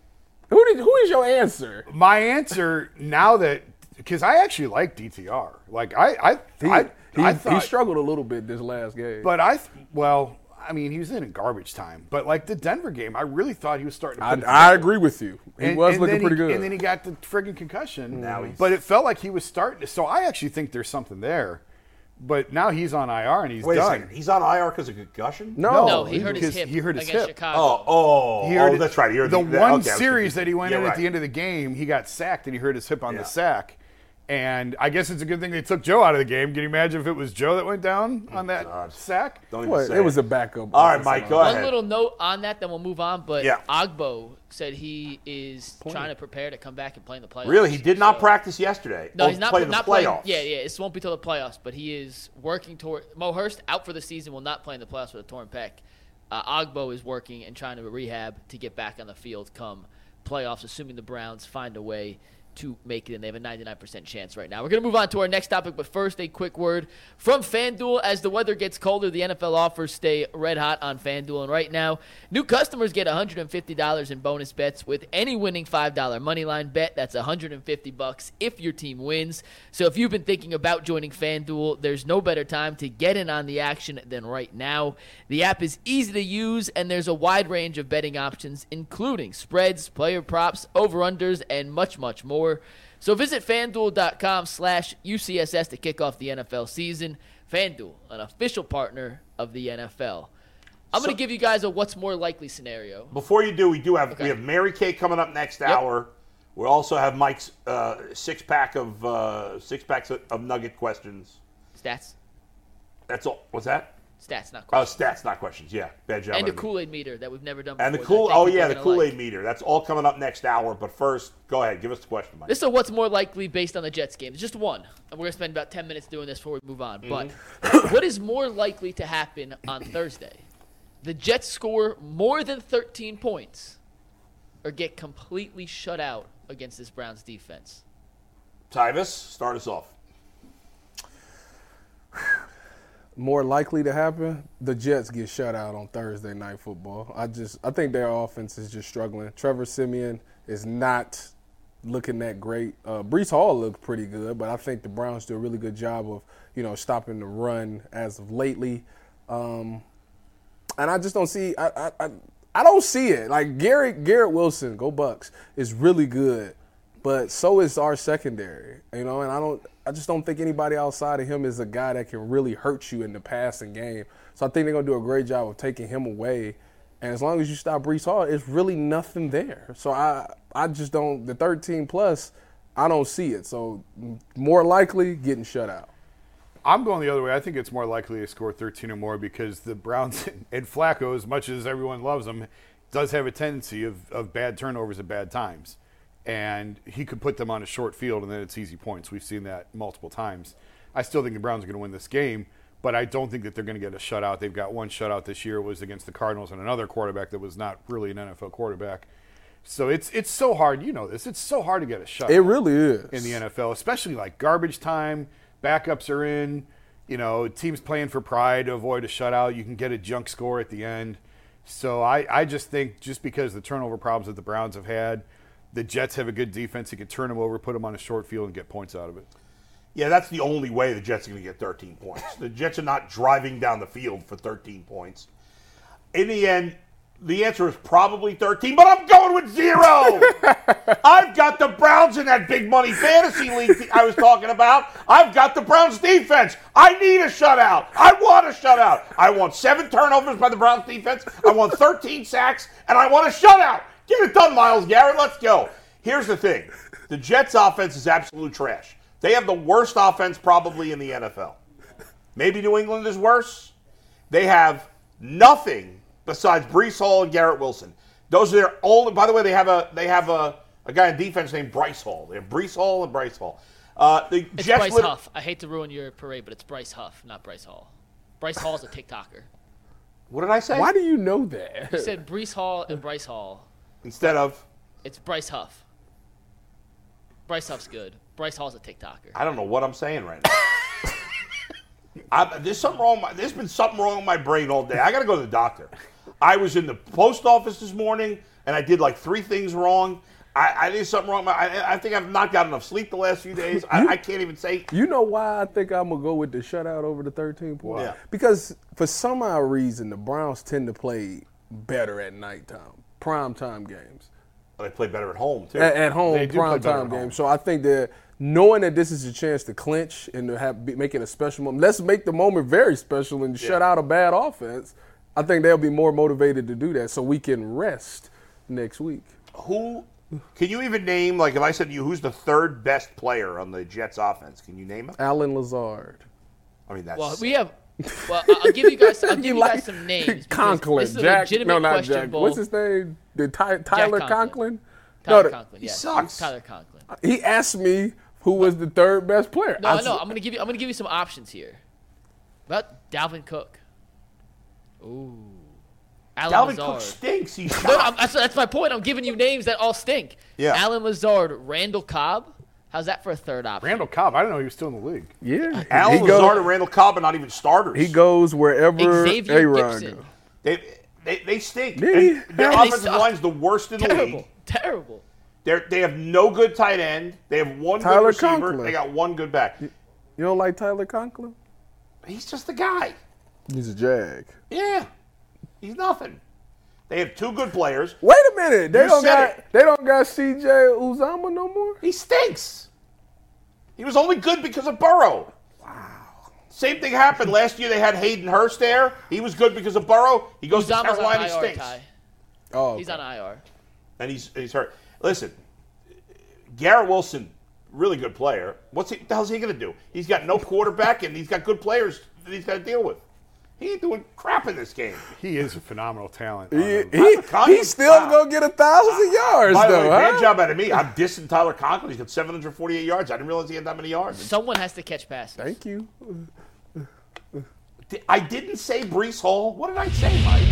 Who did, who is your answer? My answer now that because I actually like DTR. Like I, I, He, I, he, I he thought, struggled a little bit this last game. but I, th- well, I mean, he was in in garbage time. But like the Denver game, I really thought he was starting. To I, put it I together. agree with you. He And- was and looking then pretty he- good. And then he got the friggin' concussion. Now he's- but it felt like he was starting. to- So I actually think there's something there. But now he's on IR and he's Wait done. a second. He's on IR because of concussion. no, no, he hurt his because hip. he hurt his against hip. Chicago. Oh, oh, He hurt oh it- that's right. He hurt the that- okay, I one was series confused. that he went Yeah, in right. at the end of the game, he got sacked and he hurt his hip on Yeah. the sack. And I guess it's a good thing they took Joe out of the game. Can you imagine if it was Joe that went down on that Oh, God. sack? Don't even What? say It was a backup. All right, Mike, go One ahead. little note on that, then we'll move on. But Yeah. Ogbo said he is trying to prepare to come back and play in the playoffs. Really, he did not So- practice yesterday. No, Oh, he's not, play the not playing. playoffs. Yeah, yeah, this won't be till the playoffs. But he is working toward Mo Hurst out for the season. Will not play in the playoffs with a torn pec. Uh, Ogbo is working and trying to rehab to get back on the field come playoffs, assuming the Browns find a way to make it. And they have a 99% chance right now. We're gonna move on to our next topic, but first a quick word from FanDuel. As the weather gets colder, the NFL offers stay red hot on FanDuel, and right now, new customers get $150 in bonus bets with any winning $5 money line bet. That's 150 bucks if your team wins. So if you've been thinking about joining FanDuel, there's no better time to get in on the action than right now. The app is easy to use and there's a wide range of betting options including spreads, player props, over/unders, and much much more. So visit fanduel.com slash UCSS to kick off the NFL season. FanDuel, an official partner of the NFL. I'm going to give you guys a what's more likely scenario. Before you do, we do have Okay. we have Mary Kay coming up next hour. We also have Mike's uh, six pack of uh, six packs of, of nugget questions. Stats. That's all. What's that? Stats, not Oh, questions. stats, not questions. Yeah, bad job. and by the me. Kool Aid meter that we've never done before. And the that cool. I think Oh people yeah, are the gonna Kool Aid like. meter. That's all coming up next hour. But first, go ahead. Give us the question, Mike. This is what's more likely based on the Jets game. It's just one. And we're going to spend about 10 minutes doing this before we move on. But Mm-hmm. what is more likely to happen on Thursday? The Jets score more than 13 points or get completely shut out against this Browns defense? Tyvis, start us off. More likely to happen, the Jets get shut out on Thursday night football. I just I think their offense is just struggling. Trevor Simeon is not looking that great. Uh, Brees Hall looked pretty good, but I think the Browns do a really good job of you know stopping the run as of lately. Um, and I just don't see. I, I I I don't see it. Like Garrett Garrett Wilson, go Bucks, is really good, but so is our secondary. You know, and I don't. I just don't think anybody outside of him is a guy that can really hurt you in the passing game. So I think they're gonna do a great job of taking him away. And as long as you stop Brees Hall, it's really nothing there. So I I just don't the 13 plus, I don't see it. So more likely getting shut out. I'm going the other way. I think it's more likely to score 13 or more because the Browns and Flacco, as much as everyone loves him, does have a tendency of, of bad turnovers at bad times. And he could put them on a short field and then it's easy points. We've seen that multiple times. I still think the Browns are going to win this game, but I don't think that they're going to get a shutout. They've got one shutout this year. It was against the Cardinals and another quarterback that was not really an NFL quarterback. So it's it's so hard, you know this. It's so hard to get a shutout. It really is. in the NFL, especially like garbage time. Backups are in. You know, teams playing for pride to avoid a shutout. You can get a junk score at the end. So I, I just think just because the turnover problems that the Browns have had, the Jets have a good defense. You could turn them over, put them on a short field, and get points out of it. Yeah, that's the only way the Jets are going to get 13 points. The Jets are not driving down the field for 13 points. In the end, the answer is probably 13, but I'm going with zero. I've got the Browns in that big money fantasy league I was talking about. I've got the Browns defense. I need a shutout. I want a shutout. I want seven turnovers by the Browns defense. I want 13 sacks, and I want a shutout. Get it done, Miles Garrett. Let's go. Here's the thing the Jets' offense is absolute trash. They have the worst offense probably in the NFL. Maybe New England is worse. They have nothing besides Brees Hall and Garrett Wilson. Those are their only. By the way, they have a they have a, a guy in defense named Bryce Hall. They have Brees Hall and Bryce Hall. Uh, the It's Jets Bryce lit- Huff. I hate to ruin your parade, but it's Bryce Huff, not Bryce Hall. Bryce Hall's a TikToker. What did I say? Why do you know that? You said Brees Hall and Bryce Hall. Instead of It's Bryce Huff. Bryce Huff's good. Bryce Hall's a TikToker. I don't know what I'm saying right now. I, there's something wrong. with My, there's been something wrong with my brain all day. I got to go to the doctor. I was in the post office this morning and I did like three things wrong. I, I did something wrong. with my- I, I think I've not got enough sleep the last few days. I, I can't even say You know why I think I'm gonna go with the shutout over the 13 points? Yeah. Because for some odd reason, the Browns tend to play better at nighttime, prime time games. they play better at home too. At, at home, They do play prime better at time home. game. So I think that knowing that this is a chance to clinch and to have be, make it a special moment, let's make the moment very special and shut out a bad offense. I think they'll be more motivated to do that, so we can rest next week. Who can you even name? Like if I said to you, who's the third best player on the Jets offense? Can you name him? Alan Lazard. I mean, that's Well, we have. Well, I- I'll give you guys. I'll give you, like- guys some names. because Conklin, This is a Jack. legitimate No, not question, Jack. Bull. What's his name? The Ty, Tyler Conklin. Conklin. Tyler the- Conklin. Yes. sucks. Tyler Conklin. He asked me who was the third best player. No, I I know. s- I'm gonna give you. I'm gonna give you some options here. About Dalvin Cook. Ooh. Alan Dalvin Lazard. Cook stinks. He's No, no, I'm, that's, that's my point. I'm giving you names that all stink. Yeah. Alan Lazard, Randall Cobb. How's that for a third option? Randall Cobb, I don't know he was still in the league. Yeah. Alan he, goes, Lazard and Randall Cobb are not even starters. he goes wherever Xavier A-Rod Gibson. goes. They, they, they stink. Did he? And Their Yeah, they offensive suck. line's the worst in the league. Terrible. Terrible. They're, they have no good tight end. They have one Tyler good receiver. Conklin. They got one good back. You don't like Tyler Conklin? He's just the guy. He's a jag. Yeah, he's nothing. They have two good players. Wait a minute. They You don't said got it. they don't got CJ Uzama no more? He stinks. He was only good because of Burrow. Wow. Same thing happened last year. They had Hayden Hurst there. He was good because of Burrow. He goes to Uzama's Carolina. on He IR, stinks. Ty. Oh. He's on IR. and he's he's hurt. Listen, Garrett Wilson, really good player. What's he? What the hell's he gonna do? He's got no quarterback, and he's got good players that he's got to deal with. He ain't doing crap in this game. He is a phenomenal talent. he, Um, he, Conklin- he's still wow. gonna get a thousand yards By the way, though. bad huh? job out of me. I'm dissing Tyler Conklin. He's got 748 yards. I didn't realize he had that many yards. Someone has to catch passes. Thank you. Di- I didn't say Brees Hall. What did I say, Mike?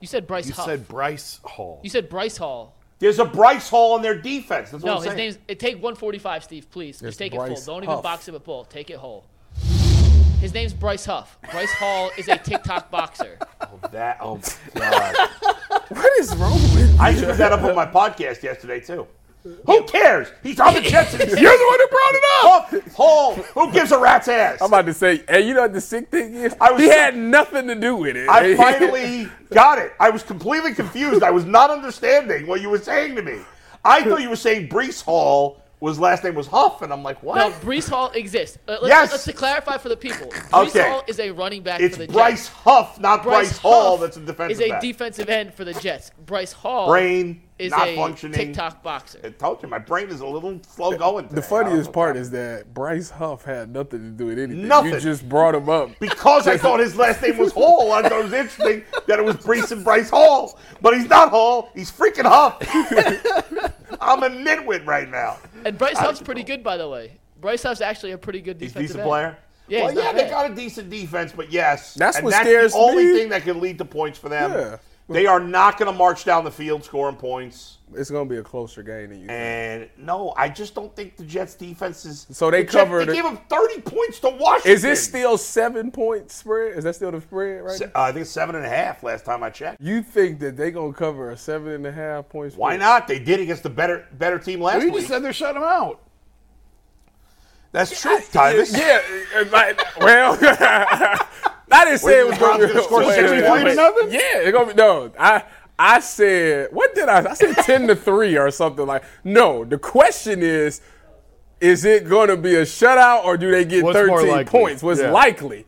You said Bryce you Huff. said Bryce Hall. you said Bryce Hall. There's a Bryce Hall in their defense. That's what No, I'm his saying. name's. It take 145, Steve. Please, It's just take it Bryce full. Don't Huff. even box it with bull. Take it whole. His name's Bryce Huff. Bryce Hall is a TikTok boxer. that. Oh God. What is wrong with I screwed that up on my podcast yesterday too. Who cares? He's on the Jets. And he's You're the one who brought it up. Huff, Hole. Who gives a rat's ass? I'm about to say, and you know what the sick thing is? I was he so- had nothing to do with it. I finally got it. I was completely confused. I was not understanding what you were saying to me. I thought you were saying Brees Hall was last name was Huff, and I'm like, what? No, Brees Hall exists. Uh, let's, Yes. let's clarify for the people. Brees Okay. Hall is a running back it's for the Bryce Jets. Huff, not Bryce, Hall. Huff That's a defensive Is a back. defensive end for the Jets. Bryce Hall brain is not a functioning. TikTok boxer. I told you my brain is a little slow going. the Oh funniest part is that Bryce Huff had nothing to do with anything. Nothing. You just brought him up. because I thought his last name was Hall. I thought it was interesting that it was Brees and Bryce Hall, but he's not Hall. He's freaking Huff. I'm a nitwit right now. And Bryce Huff's pretty good, by the way. Bryce Huff's actually a pretty good He's a defensive decent end. player. Yeah, well, he's not yeah, they bad. got a decent defense, but yes, That's and what that's scares the only me. thing that can lead to points for them. Yeah. They are not going to march down the field scoring points. It's gonna be a closer game than you. think. And no, I just don't think the Jets defense is. So the they Jets- covered They it. gave them 30 points to Washington. Is it still seven point spread? Is that still the spread right Uh, now? I think it's seven and a half last time I checked. You think that they gonna cover a seven and a half point spread? Why not? They did against the better better team last We week. just said they're shutting them out. That's true, Tyvis. Yeah. uh, like, well, I didn't say it was Rob's going gonna to score six wait, points. wait. Yeah, it's gonna be no. I I said what did I? I said ten to three or something like. No, the question is, is it going to be a shutout or do they get What's more thirteen likely? points? What's Yeah. likely?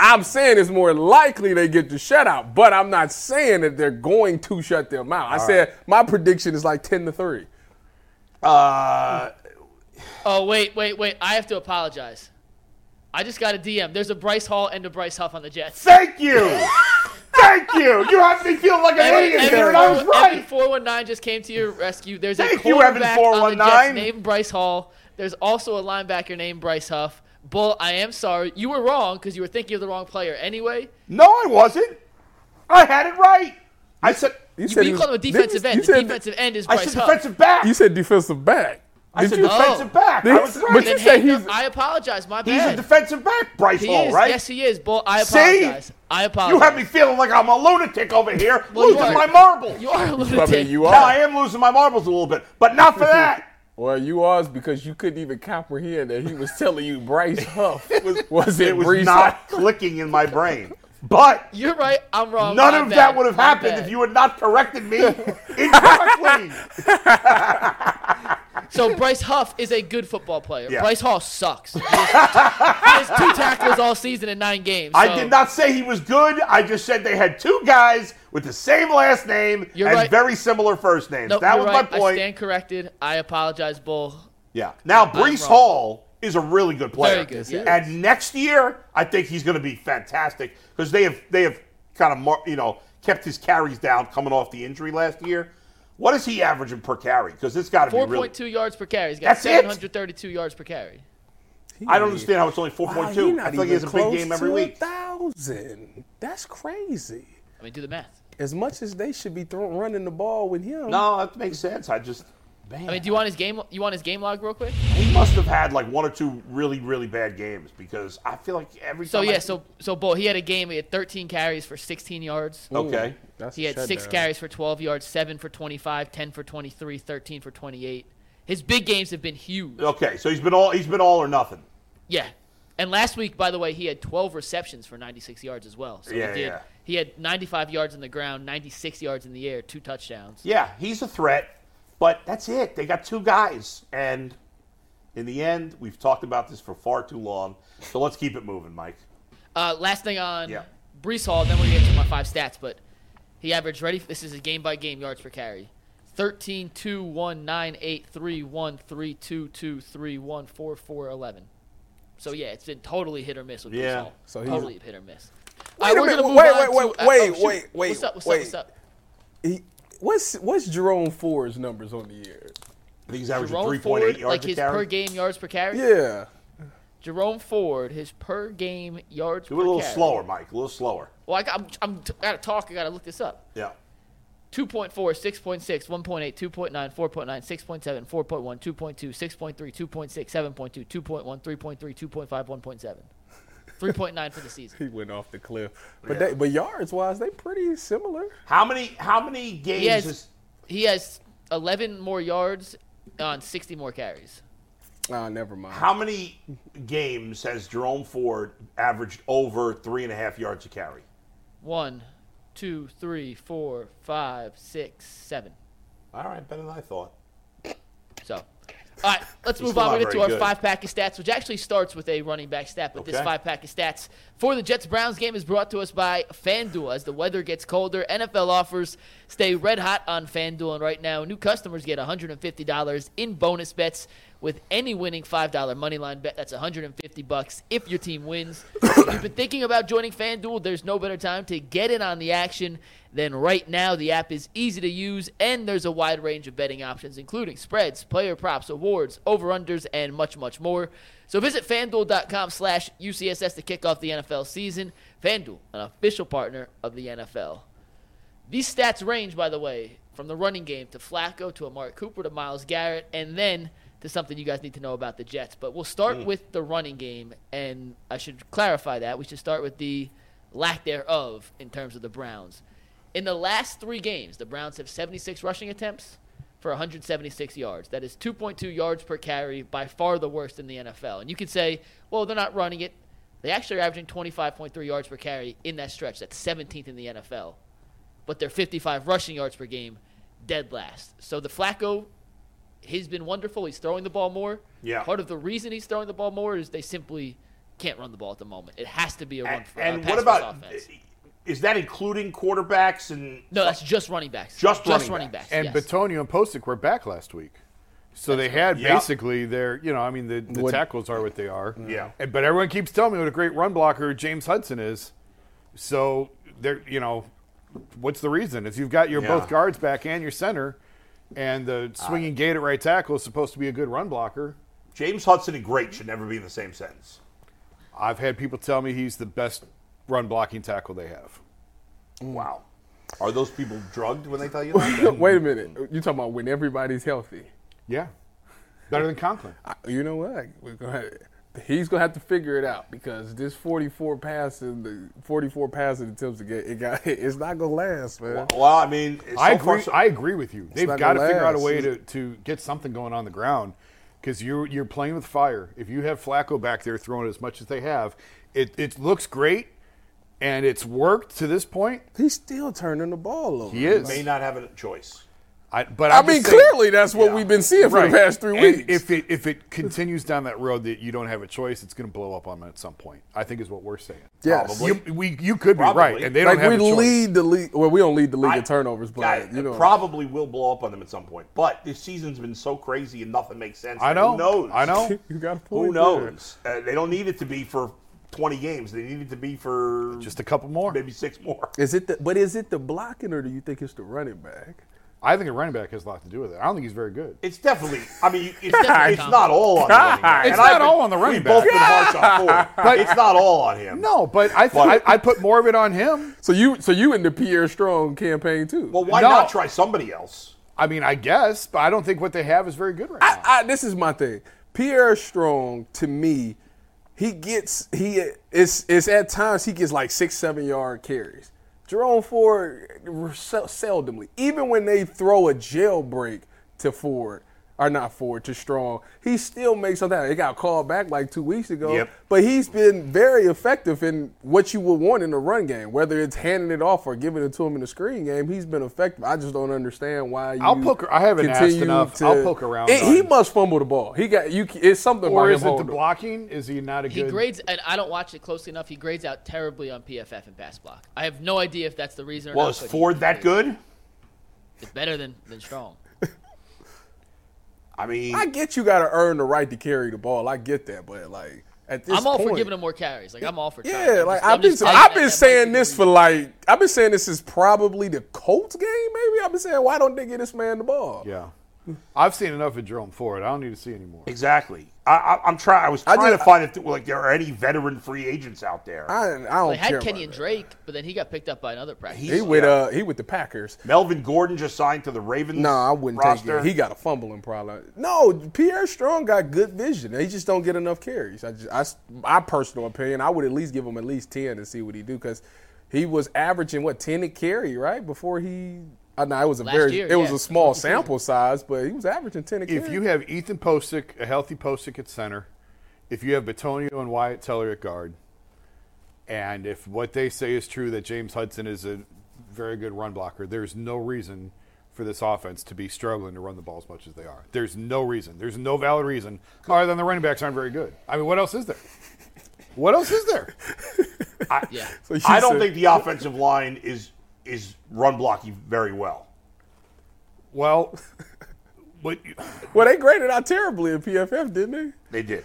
I'm saying it's more likely they get the shutout, but I'm not saying that they're going to shut them out. I said my prediction is like ten to three. Uh, Oh, wait, wait, wait. I have to apologize. I just got a DM. There's a Bryce Hall and a Bryce Huff on the Jets. thank you. thank you. You have me feeling like an Evan, idiot Evan, there, and I was right. Evan 419 just came to your rescue. There's Thank a you, Evan quarterback on the 419. Jets named Bryce Hall. There's also a linebacker named Bryce Huff. Bull, I am sorry. You were wrong because you were thinking of the wrong player anyway. No, I wasn't. I had it right. I said You But you was- called him a didn't defensive you- end. you The said- defensive end is I Bryce said Huff. defensive back. You said defensive back. I Did said you- defensive Oh. back. I Did- was but right. you Then said Hayden- he's- I apologize. My He's bad. a defensive back, Bryce he Hall, is. right? Yes, he is. Bull, I See? apologize. I apologize. You have me feeling like I'm a lunatic over here, Well, you losing are- my marbles. You are a lunatic. I mean, you Now are. I am losing my marbles a little bit, but not for that. Well, you are because you couldn't even comprehend that he was telling you Bryce Huff was, it, it was Brees not Huff? clicking in my brain. But You're right. I'm wrong. none My of bad. that would have My happened bad. if you had not corrected me incorrectly. So Bryce Huff is a good football player. Yeah. Bryce Hall sucks. He has, he has two tackles all season in nine games. I so did not say he was good. I just said they had two guys with the same last name You're and right. very similar first names. Nope, that you're was right. my point. I stand corrected. I apologize, Bull. Yeah. Now Brees wrong. Hall is a really good player. Very good, yeah. And next year, I think he's going to be fantastic because they have they have kind of mar- you know kept his carries down coming off the injury last year. What is he averaging per carry? Because it's got to be Four really. point two yards per carry. He's got That's it? 732 yards per carry. I don't understand how it's only four point two. I feel like he has a big game every week. Thousand. That's crazy. I mean, do the math. As much as they should be throwing, running the ball with him. No, that makes sense. I just man, I mean, do you want his game? You want his game log real quick? he must have had like one or two really really bad games because I feel like every So time I- yeah, so so Bull, he had a game. He had 13 carries for 16 yards. okay. That's He had a six shutdown. carries for 12 yards, seven for 25, 10 for 23, 13 for 28. His big games have been huge. Okay, so he's been all he's been all or nothing. Yeah. And last week, by the way, he had 12 receptions for 96 yards as well. So Yeah, he did. yeah. He had 95 yards on the ground, 96 yards in the air, two touchdowns. Yeah, he's a threat, but that's it. They got two guys, and in the end, we've talked about this for far too long. So let's keep it moving, Mike. Uh, last thing on Yeah. Brees Hall, then we're going to get to my five stats, but he averaged ready. This is a game by game yards per carry 13, 2, 1, 9, 8, 3, 1, 3, 2, 2, 3, 1, 4, 4, 11. So, yeah, it's been totally hit or miss with Yeah. Brees Hall. So he's- totally hit or miss. Wait a we're minute, gonna move wait, on wait, to- wait, wait, oh, shoot. wait, wait, What's up? What's wait. up? What's up? He, what's what's Jerome Ford's numbers on the year? I think he's averaging Jerome three Ford, point eight yards like a his carry. per game yards per carry. Yeah. Jerome Ford, his per game yards Do per it a little carry. slower, Mike. A little slower. Well, I got, I'm, I'm t- gotta talk. I gotta look this up. Yeah. 2.4, 6.6, 1.8, 2.9, 4.9, 6.7, 4.1, 2.2, 6.3, 2.6, 7.2, 2.1, 3.3, 2.5, 1.7. 3.9 for the season. He went off the cliff. But they, but yards wise, they pretty similar. How many? How many games? He has, is, he has 11 more yards on 60 more carries. Oh, never mind. How many games has Jerome Ford averaged over three and a half yards a carry? One, two, three, four, five, six, seven. All right, better than I thought. So, all right, let's move still not on. We're going to very our good. five pack of stats, which actually starts with a running back stat, but this Okay. five pack of stats for the Jets Browns game is brought to us by FanDuel. As the weather gets colder, NFL offers stay red hot on FanDuel. And right now, new customers get $150 in bonus bets with any winning $5 moneyline bet. That's 150 bucks if your team wins. if you've been thinking about joining FanDuel, there's no better time to get in on the action than right now. The app is easy to use, and there's a wide range of betting options, including spreads, player props, awards, over-unders, and much, much more. So visit FanDuel.com slash UCSS to kick off the NFL season. FanDuel, an official partner of the NFL. These stats range, by the way, from the running game to Flacco to Amari Cooper to Miles Garrett, and then to something you guys need to know about the Jets. But we'll start with the running game, and I should clarify that. We should start with the lack thereof in terms of the Browns. In the last three games, the Browns have 76 rushing attempts for 176 yards. That is 2.2 yards per carry, by far the worst in the NFL. And you could say, well, they're not running it. They actually are averaging 25.3 yards per carry in that stretch. That's 17th in the NFL but they're 55 rushing yards per game, dead last. So the Flacco, he's been wonderful. He's throwing the ball more. Yeah. Part of the reason he's throwing the ball more is they simply can't run the ball at the moment. It has to be a run And, for and a what pass-first about uh, offense. is that including quarterbacks and No, that's just running backs. Just running running backs. backs. And yes. Batonio and Posick were back last week. So they had Yeah. basically their, you know, I mean, the, the Would- tackles are what they are. Yeah. And- But everyone keeps telling me what a great run blocker James Hudson is. So they're, you know, what's the reason? If you've got your Yeah. both guards back and your center, and the swinging gate at right tackle is supposed to be a good run blocker. James Hudson and great should never be in the same sentence? I've had people tell me he's the best run blocking tackle they have. Wow. Are those people drugged when they tell you that? Mm. Wait a minute. You talking about when everybody's healthy? Yeah. Better than Conklin. I- You know what? We're gonna, he's gonna have to figure it out because this 44 passing, the 44 passing attempts to get it got it's not gonna last, man. well, I mean, so I far, agree. so- I agree with you. They've not got to gonna figure out a last. way to, to get something going on the ground because you're you're playing with fire. If you have Flacco back there throwing as much as they have, it it looks great, and it's worked to this point. He's still turning the ball over. He is. may not have a choice. I, but I I'm mean, just saying- clearly that's what we've been seeing for Right. the past three And weeks. If it if it continues down that road that you don't have a choice, it's going to blow up on them at some point. I think is what we're saying. Yes. You, we, you could be Probably. right, and they don't like have we a choice. lead the league. Well, we don't lead the league I- in turnovers, but I- you know, probably will blow up on them at some point. But this season's been so crazy and nothing makes sense. I that know. Who knows? I know. you got a point. Who there. knows? Uh, they don't need it to be for 20 games. They need it to be for Just a couple more. maybe six more. Is it the, but is it the blocking or do you think it's the running back? I think a running back has a lot to do with it. I don't think he's very good. It's definitely. I mean, it's, definitely it's not all on. the running back. It's And I've not been- all on the running we've both back. been harsh on Ford. But- it's not all on him. No, but I th- I, But- I put more of it on him. So you so you in the Pierre Strong campaign too? Well, why No. not try somebody else? I mean, I guess, but I don't think what they have is very good right now. I, I, this is my thing. Pierre Strong to me, he gets he it's it's at times he gets like six seven yard carries. Jerome Ford sel- seldomly, even when they throw a jailbreak to Ford or not Ford to Strong, he still makes something. It got called back like two weeks ago, Yep. but he's been very effective in what you would want in a run game, whether it's handing it off or giving it to him in the screen game. He's been effective. I just don't understand why you I'll poke- I haven't asked continue enough. to- I'll poke around It- he on- must fumble the ball. He got you. It's something. or is about him it the holding. blocking? Is he not a He good? grades, and I don't watch it closely enough. He grades out terribly on PFF and pass block. I have no idea if that's the reason. Or Well, not, is but he- Ford that good? It's better than, than Strong. I mean, I get you got to earn the right to carry the ball. I get that, but like at this, I'm all for point- giving him more carries. Like I'm all for. trying. Yeah, I'm like just- I'm I've been, just saying I've that been that might saying be the this for like, I've been saying this is probably the Colts game. Maybe I've been saying why don't they get this man the ball? Yeah, I've seen enough of Jerome Ford. I don't need to see any more. exactly. I, I, I'm trying. I was trying just- to find if like there are any veteran free agents out there. I, I don't They care had about Kenyon that. Drake, but then he got picked up by another practice. He with uh, he with the Packers. Melvin Gordon just signed to the Ravens. No, I wouldn't roster. take it. He got a fumbling problem. No, Pierre Strong got good vision. He just don't get enough carries. I just, I s- my personal opinion, I would at least give him at least ten to see what he do because he was averaging what ten a carry right before he I know it was a Last very year, it was yeah. a small sample size, but he was averaging ten a carry. If you have Ethan Posick, a healthy Posick at center, if you have Batonio and Wyatt Teller at guard, and if what they say is true that James Hudson is a very good run blocker, there's no reason for this offense to be struggling to run the ball as much as they are. There's no reason. There's no valid reason other than the running backs aren't very good. I mean, what else is there? What else is there? Yeah. So you I don't said- think the offensive line is is run blocking very well. Well, what you, Well, they graded out terribly in PFF, didn't they? They did.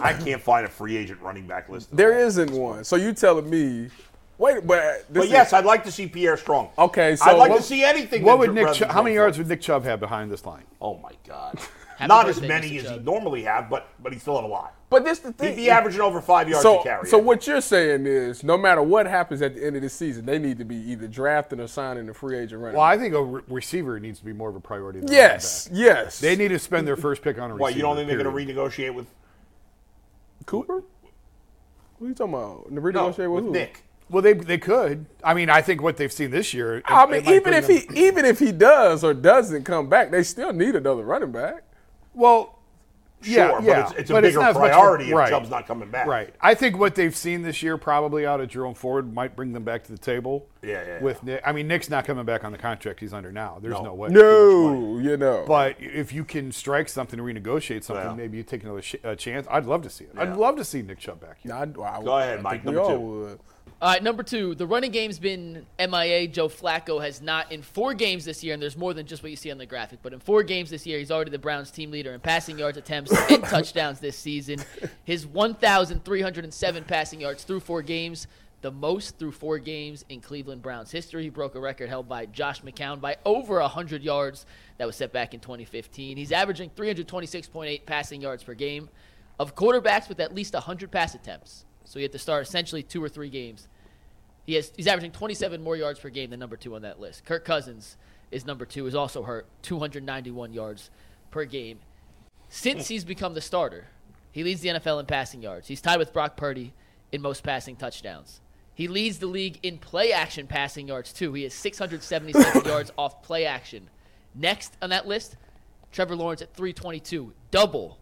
I can't find a free agent running back list. There isn't one. So you telling me? Wait, but this But is- yes, I'd like to see Pierre Strong. Okay, so I'd like what- to see anything. what that would Dr- Nick? Rather Chubb, than how many go for- yards would Nick Chubb have behind this line? Oh my God! Happy Not as birthday, many Mr. as he Chubb. normally have, but but he's still at a lot. but this the He'd thing. be averaging over five yards a so, carry. so what you're saying is, no matter what happens at the end of the season, they need to be either drafting or signing a free agent running. Well, I think a re- receiver needs to be more of a priority. Than a running yes, back. yes. They need to spend their first pick on a receiver. What you don't think they're going period. to renegotiate with? Cooper. What are you talking about? The No, renegotiate with with, who? Nick. Well, they they could. I mean, I think what they've seen this year. it- I it mean, might even bring if them- he even if he does or doesn't come back, they still need another running back. well, yeah, Sure, yeah, but it's, it's a but bigger not as much of- priority if right, Chubb's not coming back. Right. I think what they've seen this year, probably out of Jerome Ford, might bring them back to the table. Yeah, yeah, With Nick, I mean, Nick's not coming back on the contract he's under now. There's no, way. No, you know. But if you can strike something, renegotiate something, Yeah. maybe you take another sh- a chance. I'd love to see it. I'd love to see Nick Chubb back here. I, I, Go ahead, Mike, We number all two. would. All right, number two, the running game's been MIA. Joe Flacco has not in four games this year, and there's more than just what you see on the graphic. But in four games this year, he's already the Browns' team leader in passing yards, attempts, and touchdowns this season. His 1,307 passing yards through four games, the most through four games in Cleveland Browns history. He broke a record held by Josh McCown by over 100 yards that was set back in 2015. He's averaging 326.8 passing yards per game of quarterbacks with at least 100 pass attempts. So he had to start essentially two or three games. He has he's averaging 27 more yards per game than number two on that list. Kirk Cousins is number two, is also hurt, 291 yards per game. Since he's become the starter, he leads the NFL in passing yards. He's tied with Brock Purdy in most passing touchdowns. He leads the league in play action passing yards too. He has 677 yards off play action. Next on that list, Trevor Lawrence at 322, double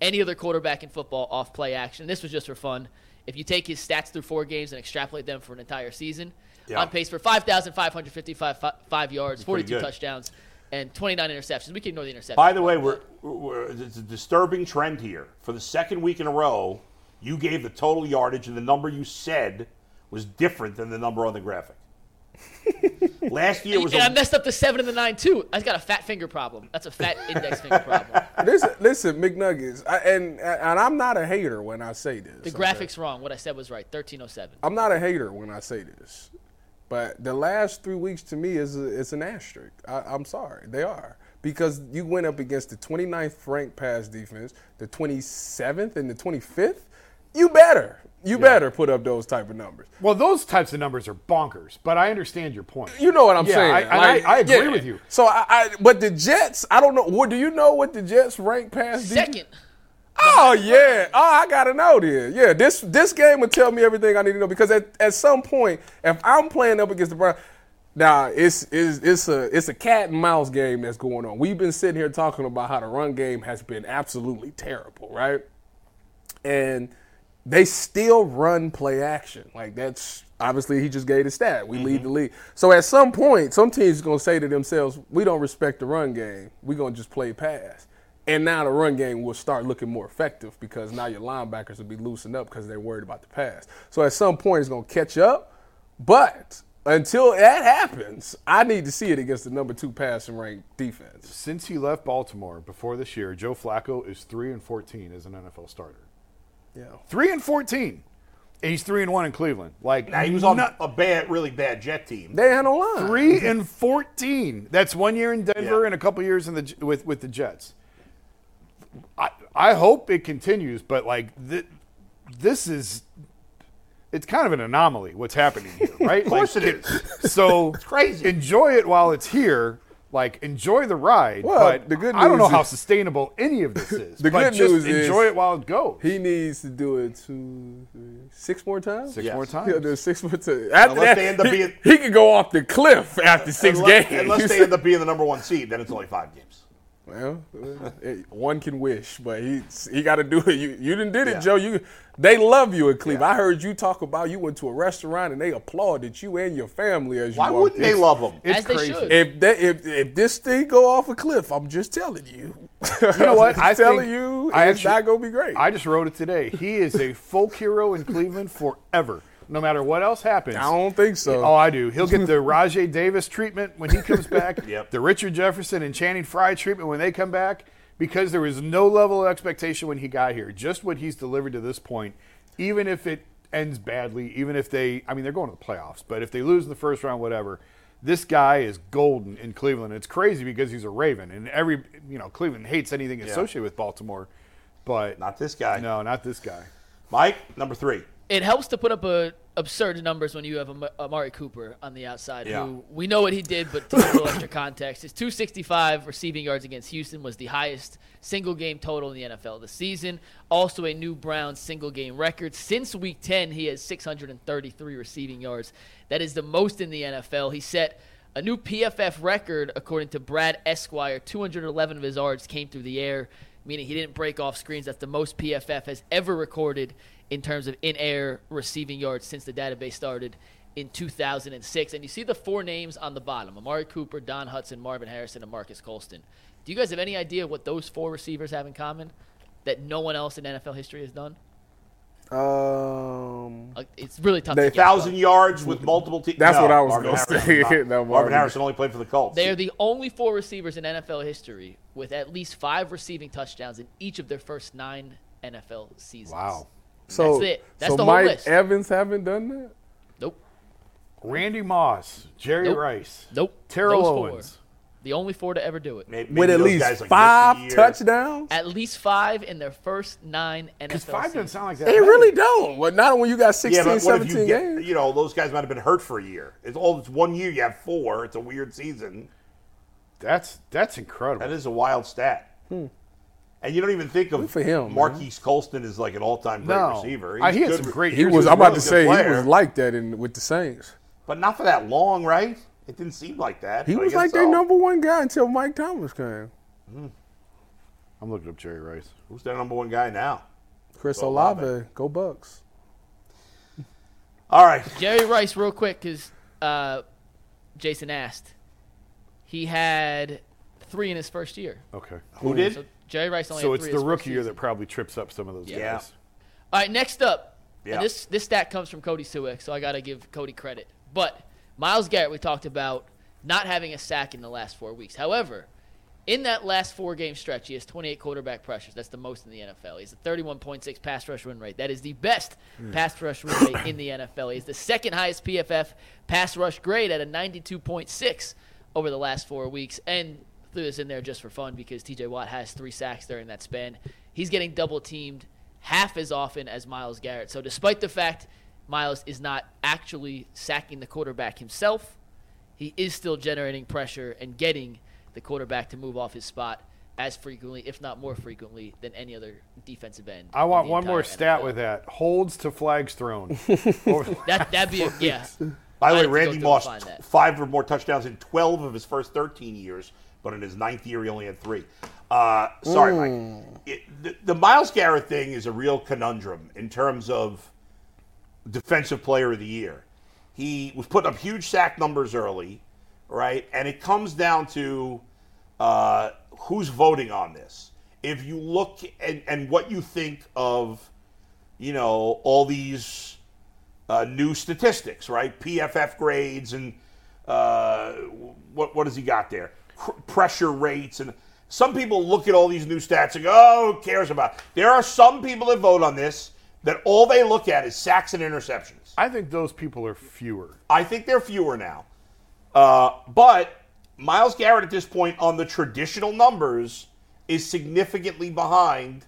any other quarterback in football off play action. This was just for fun. If you take his stats through four games and extrapolate them for an entire season, Yeah. on pace for 5,555 fi- five yards, pretty 42 good. touchdowns, and 29 interceptions. We can ignore the interceptions. By the way, we're, we're it's a disturbing trend here. For the second week in a row, you gave the total yardage, and the number you said was different than the number on the graphic. Last year was and I a, messed up the seven and the nine too. I've got a fat finger problem. That's a fat index finger problem. Listen, listen, McNuggets, I, and and I'm not a hater when I say this. The okay? graphic's wrong. What I said was right. Thirteen oh seven. I'm not a hater when I say this, but the last three weeks to me is a, it's an asterisk. I, I'm sorry, they are because you went up against the 29th ranked pass defense, the 27th, and the 25th. You better, you better put up those type of numbers. Well, those types of numbers are bonkers, but I understand your point. You know what I'm Yeah, saying? I- and I- I agree with you. So I, I, but the Jets, I don't know. What do you know? What the Jets rank pass defense? Second, Oh yeah. Oh, I gotta know then. Yeah, this this game will tell me everything I need to know because at, at some point, if I'm playing up against the Browns, now it's, it's it's a it's a cat and mouse game that's going on. We've been sitting here talking about how the run game has been absolutely terrible, right? And they still run play action. Like that's obviously he just gave the stat. We lead the league. So at some point, some teams gonna say to themselves, "We don't respect the run game. We're gonna just play pass." And now the run game will start looking more effective because now your linebackers will be loosened up because they're worried about the pass. So at some point, it's gonna catch up. But until that happens, I need to see it against the number two passing rank defense. Since he left Baltimore before this year, Joe Flacco is three and fourteen as an NFL starter. Yeah. Three and fourteen. And He's three and one in Cleveland. Like now, he was on not- a bad, really bad jet team. They had no line. three and fourteen. That's one year in Denver Yeah. and a couple years in the J- with with the Jets. I I hope it continues, but like th- this is. It's kind of an anomaly what's happening here, right? of course like, it is. So crazy. Enjoy it while it's here, Like enjoy the ride, Well, but the good I don't know news how is- sustainable any of this is. The but good just news is- enjoy it while it goes. He needs to do it two, three, six more times. Six more times. He'll do it six more times. After Unless that, they end up he, being- he could go off the cliff after six unless, games. unless they end up being the number one seed, then it's only five games. Well, it- one can wish, but he he got to do it. You you didn't did it, Yeah. Joe. You they love you in Cleveland. I heard you talk about you went to a restaurant and they applauded you and your family as you. Why walked wouldn't they in. love him? As they should. If they, if if this thing go off a cliff, I'm just telling you. You know what? I'm I telling think- you, I it's actually- not gonna be great. I just wrote it today. He is a folk hero in Cleveland forever, no matter what else happens. I don't think so. Oh, I do. He'll get the Rajay Davis treatment when he comes back. Yep. The Richard Jefferson and Channing Frye treatment when they come back, because there was no level of expectation when he got here. Just what he's delivered to this point, even if it ends badly, even if they, I mean, they're going to the playoffs, but if they lose in the first round, whatever. This guy is golden in Cleveland. It's crazy because he's a Raven, and every you know Cleveland hates anything associated with Baltimore, but Not this guy. No, not this guy. Mike, number three. it helps to put up a absurd numbers when you have Am- Amari Cooper on the outside. Yeah. Who we know what he did, but to give a little extra context, his 265 receiving yards against Houston was the highest single game total in the NFL this season. Also, a new Browns single game record since Week 10. He has 633 receiving yards. That is the most in the NFL. He set a new PFF record according to Brad Esquire. 211 of his yards came through the air meaning he didn't break off screens. That's the most PFF has ever recorded in terms of in air receiving yards since the database started in 2006. And you see the four names on the bottom Amari Cooper, Don Hudson, Marvin Harrison, and Marcus Colston. Do you guys have any idea what those four receivers have in common that no one else in NFL history has done? um, Like, it's really tough They- to guess. Thousand yards with multiple teams. That's what I was Marvin gonna Harrison say. not. No, Marvin, Marvin. Harrison only played for the Colts. They are the only four receivers in NFL history with at least five receiving touchdowns in each of their first nine NFL seasons. Wow. so That's it. That's so the whole Mike list. Evans haven't done that. Nope. Randy Moss, Jerry Nope. Rice, Nope. Terrell Those four. Owens. The only four to ever do it. May- maybe with at those least guys, like, missed a five year. touchdowns. At least five in their first nine NFL. Because five doesn't seasons. sound like that. They many. really don't. But not when you got 16, Yeah, but what if 17 you get? games. You know, those guys might have been hurt for a year. It's all. It's one year. You have four. It's a weird season. That's that's incredible. That is a wild stat. And you don't even think of Hmm. for him, man. Marquise Colston is like an all-time great no. receiver. Uh, he had good some re- great. He years. was. a I'm about really to good say he player. was like that in with the Saints. but not for that long, right? It didn't seem like that. He but I was guess like their so. number one guy until Mike Thomas came. I'm looking up Jerry Rice. Who's their number one guy now? Chris Go Olave, Olave. go Bucks. All right, Jerry Rice, real quick, because uh, Jason asked. He had three in his first year. Okay. Hmm. who did? So Jerry Rice only. So had it's three the his first rookie year season. that probably trips up some of those Yeah. guys. All right, next up. and Yeah. this this stat comes from Cody Suick, so I got to give Cody credit. But Miles Garrett, we talked about not having a sack in the last four weeks. However, in that last four game stretch, he has 28 quarterback pressures. That's the most in the NFL. He's a 31.6 pass rush win rate. That is the best pass rush win rate in the NFL. He's the second highest PFF pass rush grade at a 92.6 over the last four weeks. And threw this in there just for fun because TJ Watt has three sacks during that span. He's getting double teamed half as often as Miles Garrett. So despite the fact Miles is not actually sacking the quarterback himself, he is still generating pressure and getting the quarterback to move off his spot as frequently, if not more frequently, than any other defensive end. I in want the one more entire stat NFL. with that. Holds to flags thrown. Over- that. That'd be a, yeah. By the I way, have to go Randy through Moss and find t- that. five or more touchdowns in twelve of his first thirteen years, but in his ninth year he only had three. Uh, sorry, Mike. It, the, the Miles Garrett thing is a real conundrum in terms of defensive player of the year. He was putting up huge sack numbers early, right? And it comes down to uh, who's voting on this. If you look and, and what you think of, you know, all these uh, new statistics, right? PFF grades and uh, what what has he got there? Cr- pressure rates and some people look at all these new stats and go, "Oh, who cares about?" it?" There are some people that vote on this that all they look at is sacks and interceptions. I think those people are fewer. I think they're fewer now, uh, but Miles Garrett at this point on the traditional numbers is significantly behind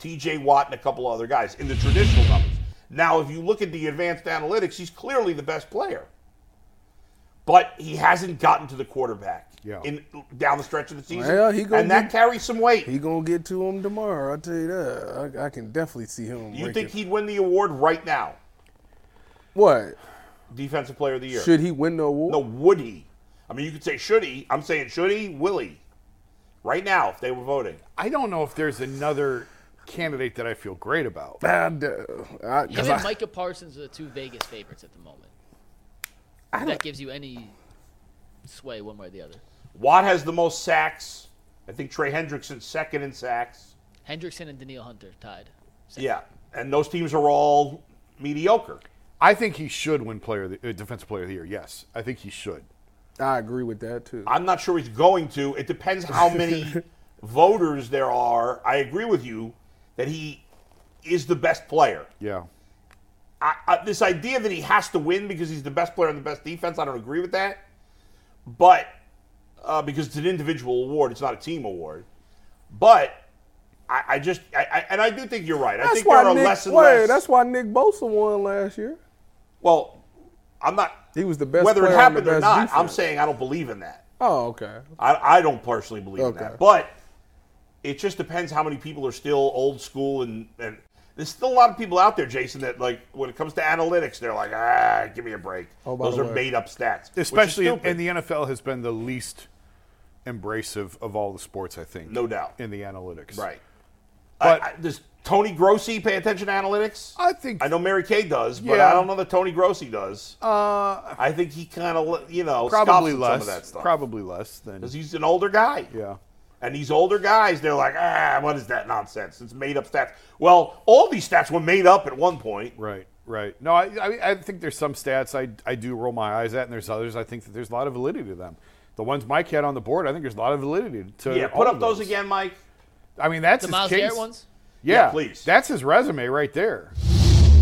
T.J. Watt and a couple other guys in the traditional numbers. Now, if you look at the advanced analytics, he's clearly the best player. but he hasn't gotten to the quarterback Yeah. in down the stretch of the season. Well, he gonna and that get- carries some weight. He gonna get to him tomorrow. I tell you that. I, I can definitely see him. you break think it. he'd win the award right now? What Defensive player of the year. should he win the award? No, would he? I mean, you could say should he. I'm saying should he? Will he? Right now, if they were voting, I don't know if there's another candidate that I feel great about. I, d- I- 'cause Him I- and Micah Parsons are the two Vegas favorites at the moment. If that gives you any sway one way or the other. Watt has the most sacks. I think Trey Hendrickson's second in sacks. Hendrickson and Daniil Hunter tied. Yeah, and those teams are all mediocre. I think he should win player of the, uh, defensive player of the year. Yes, I think he should. I agree with that too. I'm not sure he's going to. It depends how many voters there are. I agree with you that he is the best player. Yeah. I, I, this idea that he has to win because he's the best player on the best defense, I don't agree with that. But uh, because it's an individual award, it's not a team award. But I, I just, I, I, and I do think you're right. I that's think there why are Nick. less and wait, less. That's why Nick Bosa won last year. well, I'm not. He was the best Whether it player on the happened or best not, I'm defense. saying I don't believe in that. Oh, okay. I, I don't personally believe Okay. in that. But it just depends how many people are still old school and, and there's still a lot of people out there, Jason, that like when it comes to analytics, they're like, ah, give me a break. Oh, by Those the are way. made up stats. which is Especially, in, stupid. and the NFL has been the least embracive of all the sports. I think. No doubt. In the analytics. Right. But- But I, does Tony Grossi pay attention to analytics? I think. I know Mary Kay does, but Yeah. I don't know that Tony Grossi does. Uh, I think he kind of, you know, probably scoffs at less. some of that stuff. Probably less than. Because he's an older guy. Yeah. And these older guys, they're like, ah, what is that nonsense? It's made up stats. Well, all these stats were made up at one point. Right, right. No, I, I, I think there's some stats I, I do roll my eyes at, and there's others I think that there's a lot of validity to them. The ones Mike had on the board, I think there's a lot of validity to. Yeah, all put up of those. again, Mike. I mean, that's The his Miles case. Garrett ones? Yeah, Yeah, please. That's his resume right there.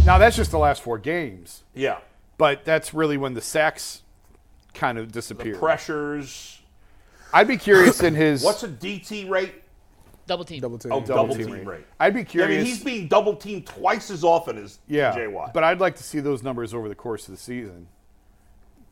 Now that's just the last four games, Yeah. but that's really when the sacks kind of disappear. Pressures. I'd be curious in his What's a DT rate? Double team. Double team. Oh, double, double team, team rate. I'd be I curious. mean, he's being double teamed twice as often as yeah, J. Watt. but I'd like to see those numbers over the course of the season.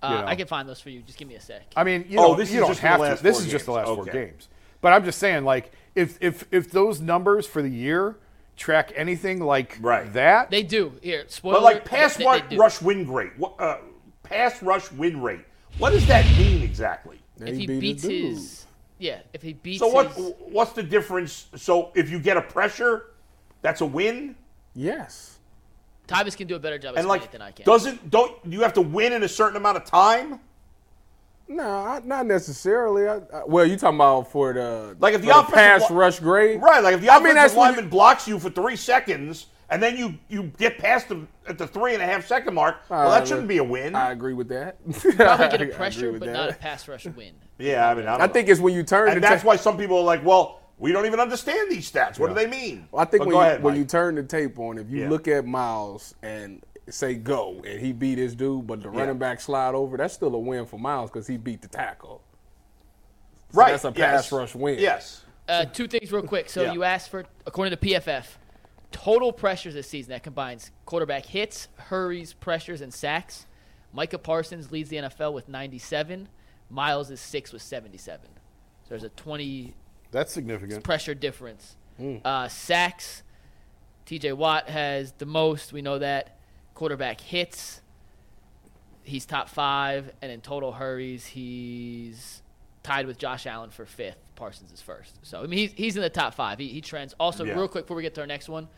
Uh, you know. I can find those for you. Just give me a sec. I mean, you Oh, know, this you is don't just the have last to. This four is just the last games. four Okay. games. But I'm just saying, like, if if if those numbers for the year track anything like Right. that, They do. Here, spoiler. but like pass they- they wa- do. rush win rate. What, uh, pass rush win rate. What does that mean exactly? If he beat a beats dude. his. Yeah, if he beats So what? his. What's the difference? So if you get a pressure, that's a win. Yes. Thomas can do a better job at and explaining like it than I can. doesn't don't you have to win in a certain amount of time? No, I, not necessarily. I, I, well, you talking about for the Like if the for offensive pass li- rush grade, Right, like if the I offensive mean, that's when lineman blocks you for three seconds and then you you get past them at the three and a half second mark, well, Uh, that shouldn't be a win. I agree with that. Probably I get agree a pressure, with but that. not a pass rush win. yeah, I mean, I, don't I know. think it's when you turn. and the that's ta- why some people are like, well, we don't even understand these stats. What do they mean? I But think when go you, ahead, when Mike. you turn the tape on, if you Yeah. look at Miles and say go, and he beat his dude, but the running back slide over, that's still a win for Miles because he beat the tackle. So right, that's a yes. pass rush win. Yes. Uh, two things real quick. So Yeah. you asked for, according to PFF, total pressures this season that combines quarterback hits, hurries, pressures, and sacks. Micah Parsons leads the NFL with 97. Miles is six with 77. So there's a 20 that's significant. pressure difference. Hmm. Uh, sacks. T.J. Watt has the most. We know that. Quarterback hits. He's top five, and in total hurries, he's tied with Josh Allen for fifth. Parsons is first. So I mean, he's, he's in the top five. He, he trends. Also, Yeah. real quick before we get to our next one,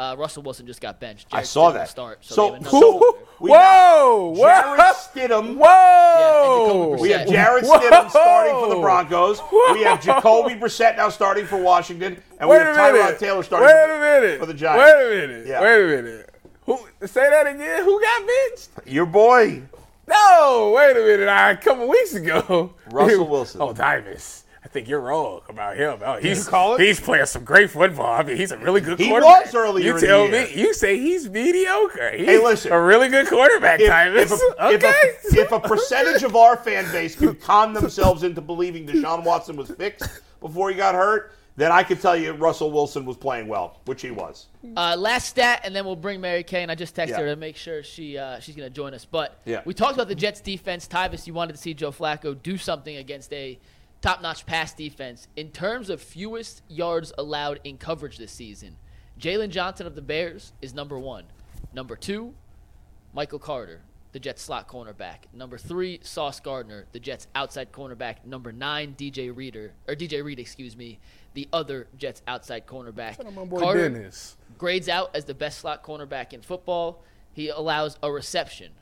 uh, Russell Wilson just got benched. I Jared saw Stidham will that. Start. So, So they have another who- starter. We Whoa! Jared What? Stidham. Whoa! Yeah, We have Brissett. Jared Whoa. Stidham starting for the Broncos. We have Jacoby Brissett now starting for Washington, and Wait we a have Tyrod minute. Taylor starting Wait a minute. for the Giants. Wait a minute. Yeah. Wait a minute. Who say that again? Who got benched? Your boy. No, wait a minute. I, a couple weeks ago, Russell Wilson. Oh, Davis. I think you're wrong about him. Oh, he's call it? he's playing some great football. I mean, he's a really good He quarterback. was earlier You in the tell year. me. You say he's mediocre. He's listen. a really good quarterback, If, Davis. if a, if a- okay. if a percentage of our fan base could con themselves into believing Deshaun Watson was fixed before he got hurt, then I could tell you Russell Wilson was playing well, which he was. Uh, last stat, and then we'll bring Mary Kay. And I just texted Yeah. her to make sure she uh, she's going to join us. But Yeah. we talked about the Jets defense. Tyvis, you wanted to see Joe Flacco do something against a top-notch pass defense in terms of fewest yards allowed in coverage this season. Jalen Johnson of the Bears is number one. Number two, Michael Carter, the Jets slot cornerback. Number three, Sauce Gardner, the Jets outside cornerback. Number nine, DJ Reader or DJ Reed, excuse me, the other Jets outside cornerback. My boy Carter- Dennis. grades out as the best slot cornerback in football. He allows a reception,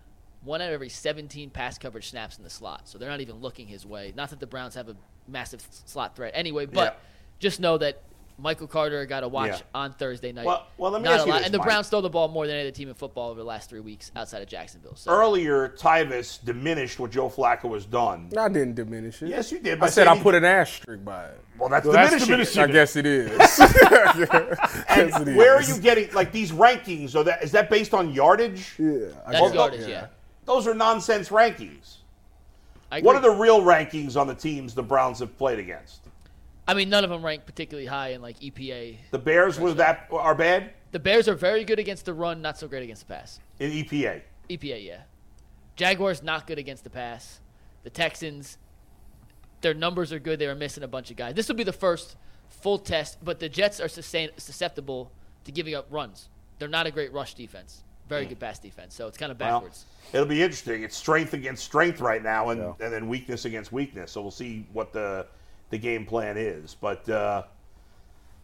one out of every 17 pass coverage snaps in the slot. So they're not even looking his way. Not that the Browns have a massive s- slot threat anyway, but Yeah. just know that Michael Carter got to watch Yeah. on Thursday night. Well- well, let me Not ask a you lot- this, And the Mike. Browns stole the ball more than any other team in football over the last three weeks outside of Jacksonville. So Earlier, Tyvis diminished what Joe Flacco has done. I didn't diminish it. Yes, you did. by I said saying I he- put an asterisk by it. Well, that's Well, that's diminishing. diminishing. I guess it is. Yes, it And is. where are you getting like these rankings? Are that is that based on yardage? Yeah, I that's guess- yardage, yeah. Those are nonsense rankings. I agree. What are the real rankings on the teams the Browns have played against? I mean, none of them rank particularly high in like EPA. The Bears was that are bad The Bears are very good against the run, not so great against the pass. in E EPA. EPA, E yeah. Jaguars not good against the pass. The Texans, their numbers are good. They were missing a bunch of guys. This will be the first full test, but the Jets are sustain- susceptible to giving up runs. They're not a great rush defense. Very good pass defense. So it's kind of Well, backwards. it'll be interesting. It's strength against strength right now, and, and then weakness against weakness. So we'll see what the the game plan is. But uh,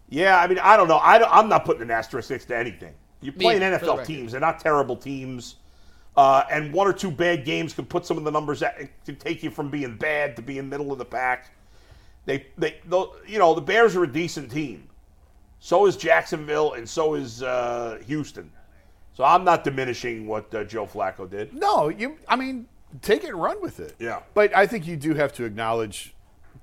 yeah, I mean, I don't know. I don't, I'm not putting an asterisk next to anything. You're playing either, for the NFL record. teams; they're not terrible teams. Uh, and one or two bad games could put some of the numbers that it could take you from being bad to being middle of the pack. They, they, tho- you know, the Bears are a decent team. So is Jacksonville, and so is uh, Houston. So I'm not diminishing what uh, Joe Flacco did. No, you. I mean, take it and run with it. Yeah. But I think you do have to acknowledge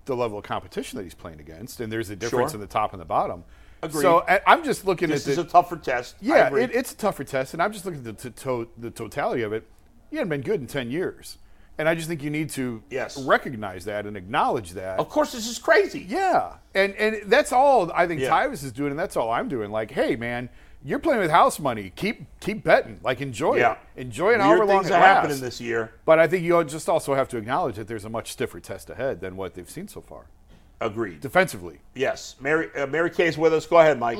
the level of competition that he's playing against, and there's a difference Sure. in the top and the bottom. Agreed. So I, I'm just looking This at is the, a tougher test. I Yeah, agree. it, it's a tougher test, and I'm just looking at the, to- to- the totality of it. He hadn't been good in 10 years, and I just think you need to Yes. recognize that and acknowledge that. of course, this is crazy. Yeah, and and that's all I think Yeah. Tyvus is doing, and that's all I'm doing. Like, hey, man, you're playing with house money. Keep keep betting. Like, enjoy Oh, Yeah. it. Enjoy an Weird hour long things are happening this year. But I think you all just also have to acknowledge that there's a much stiffer test ahead than what they've seen so far Agreed. defensively. Yes. Mary, uh, Mary Kay is with us. Go ahead, Mike.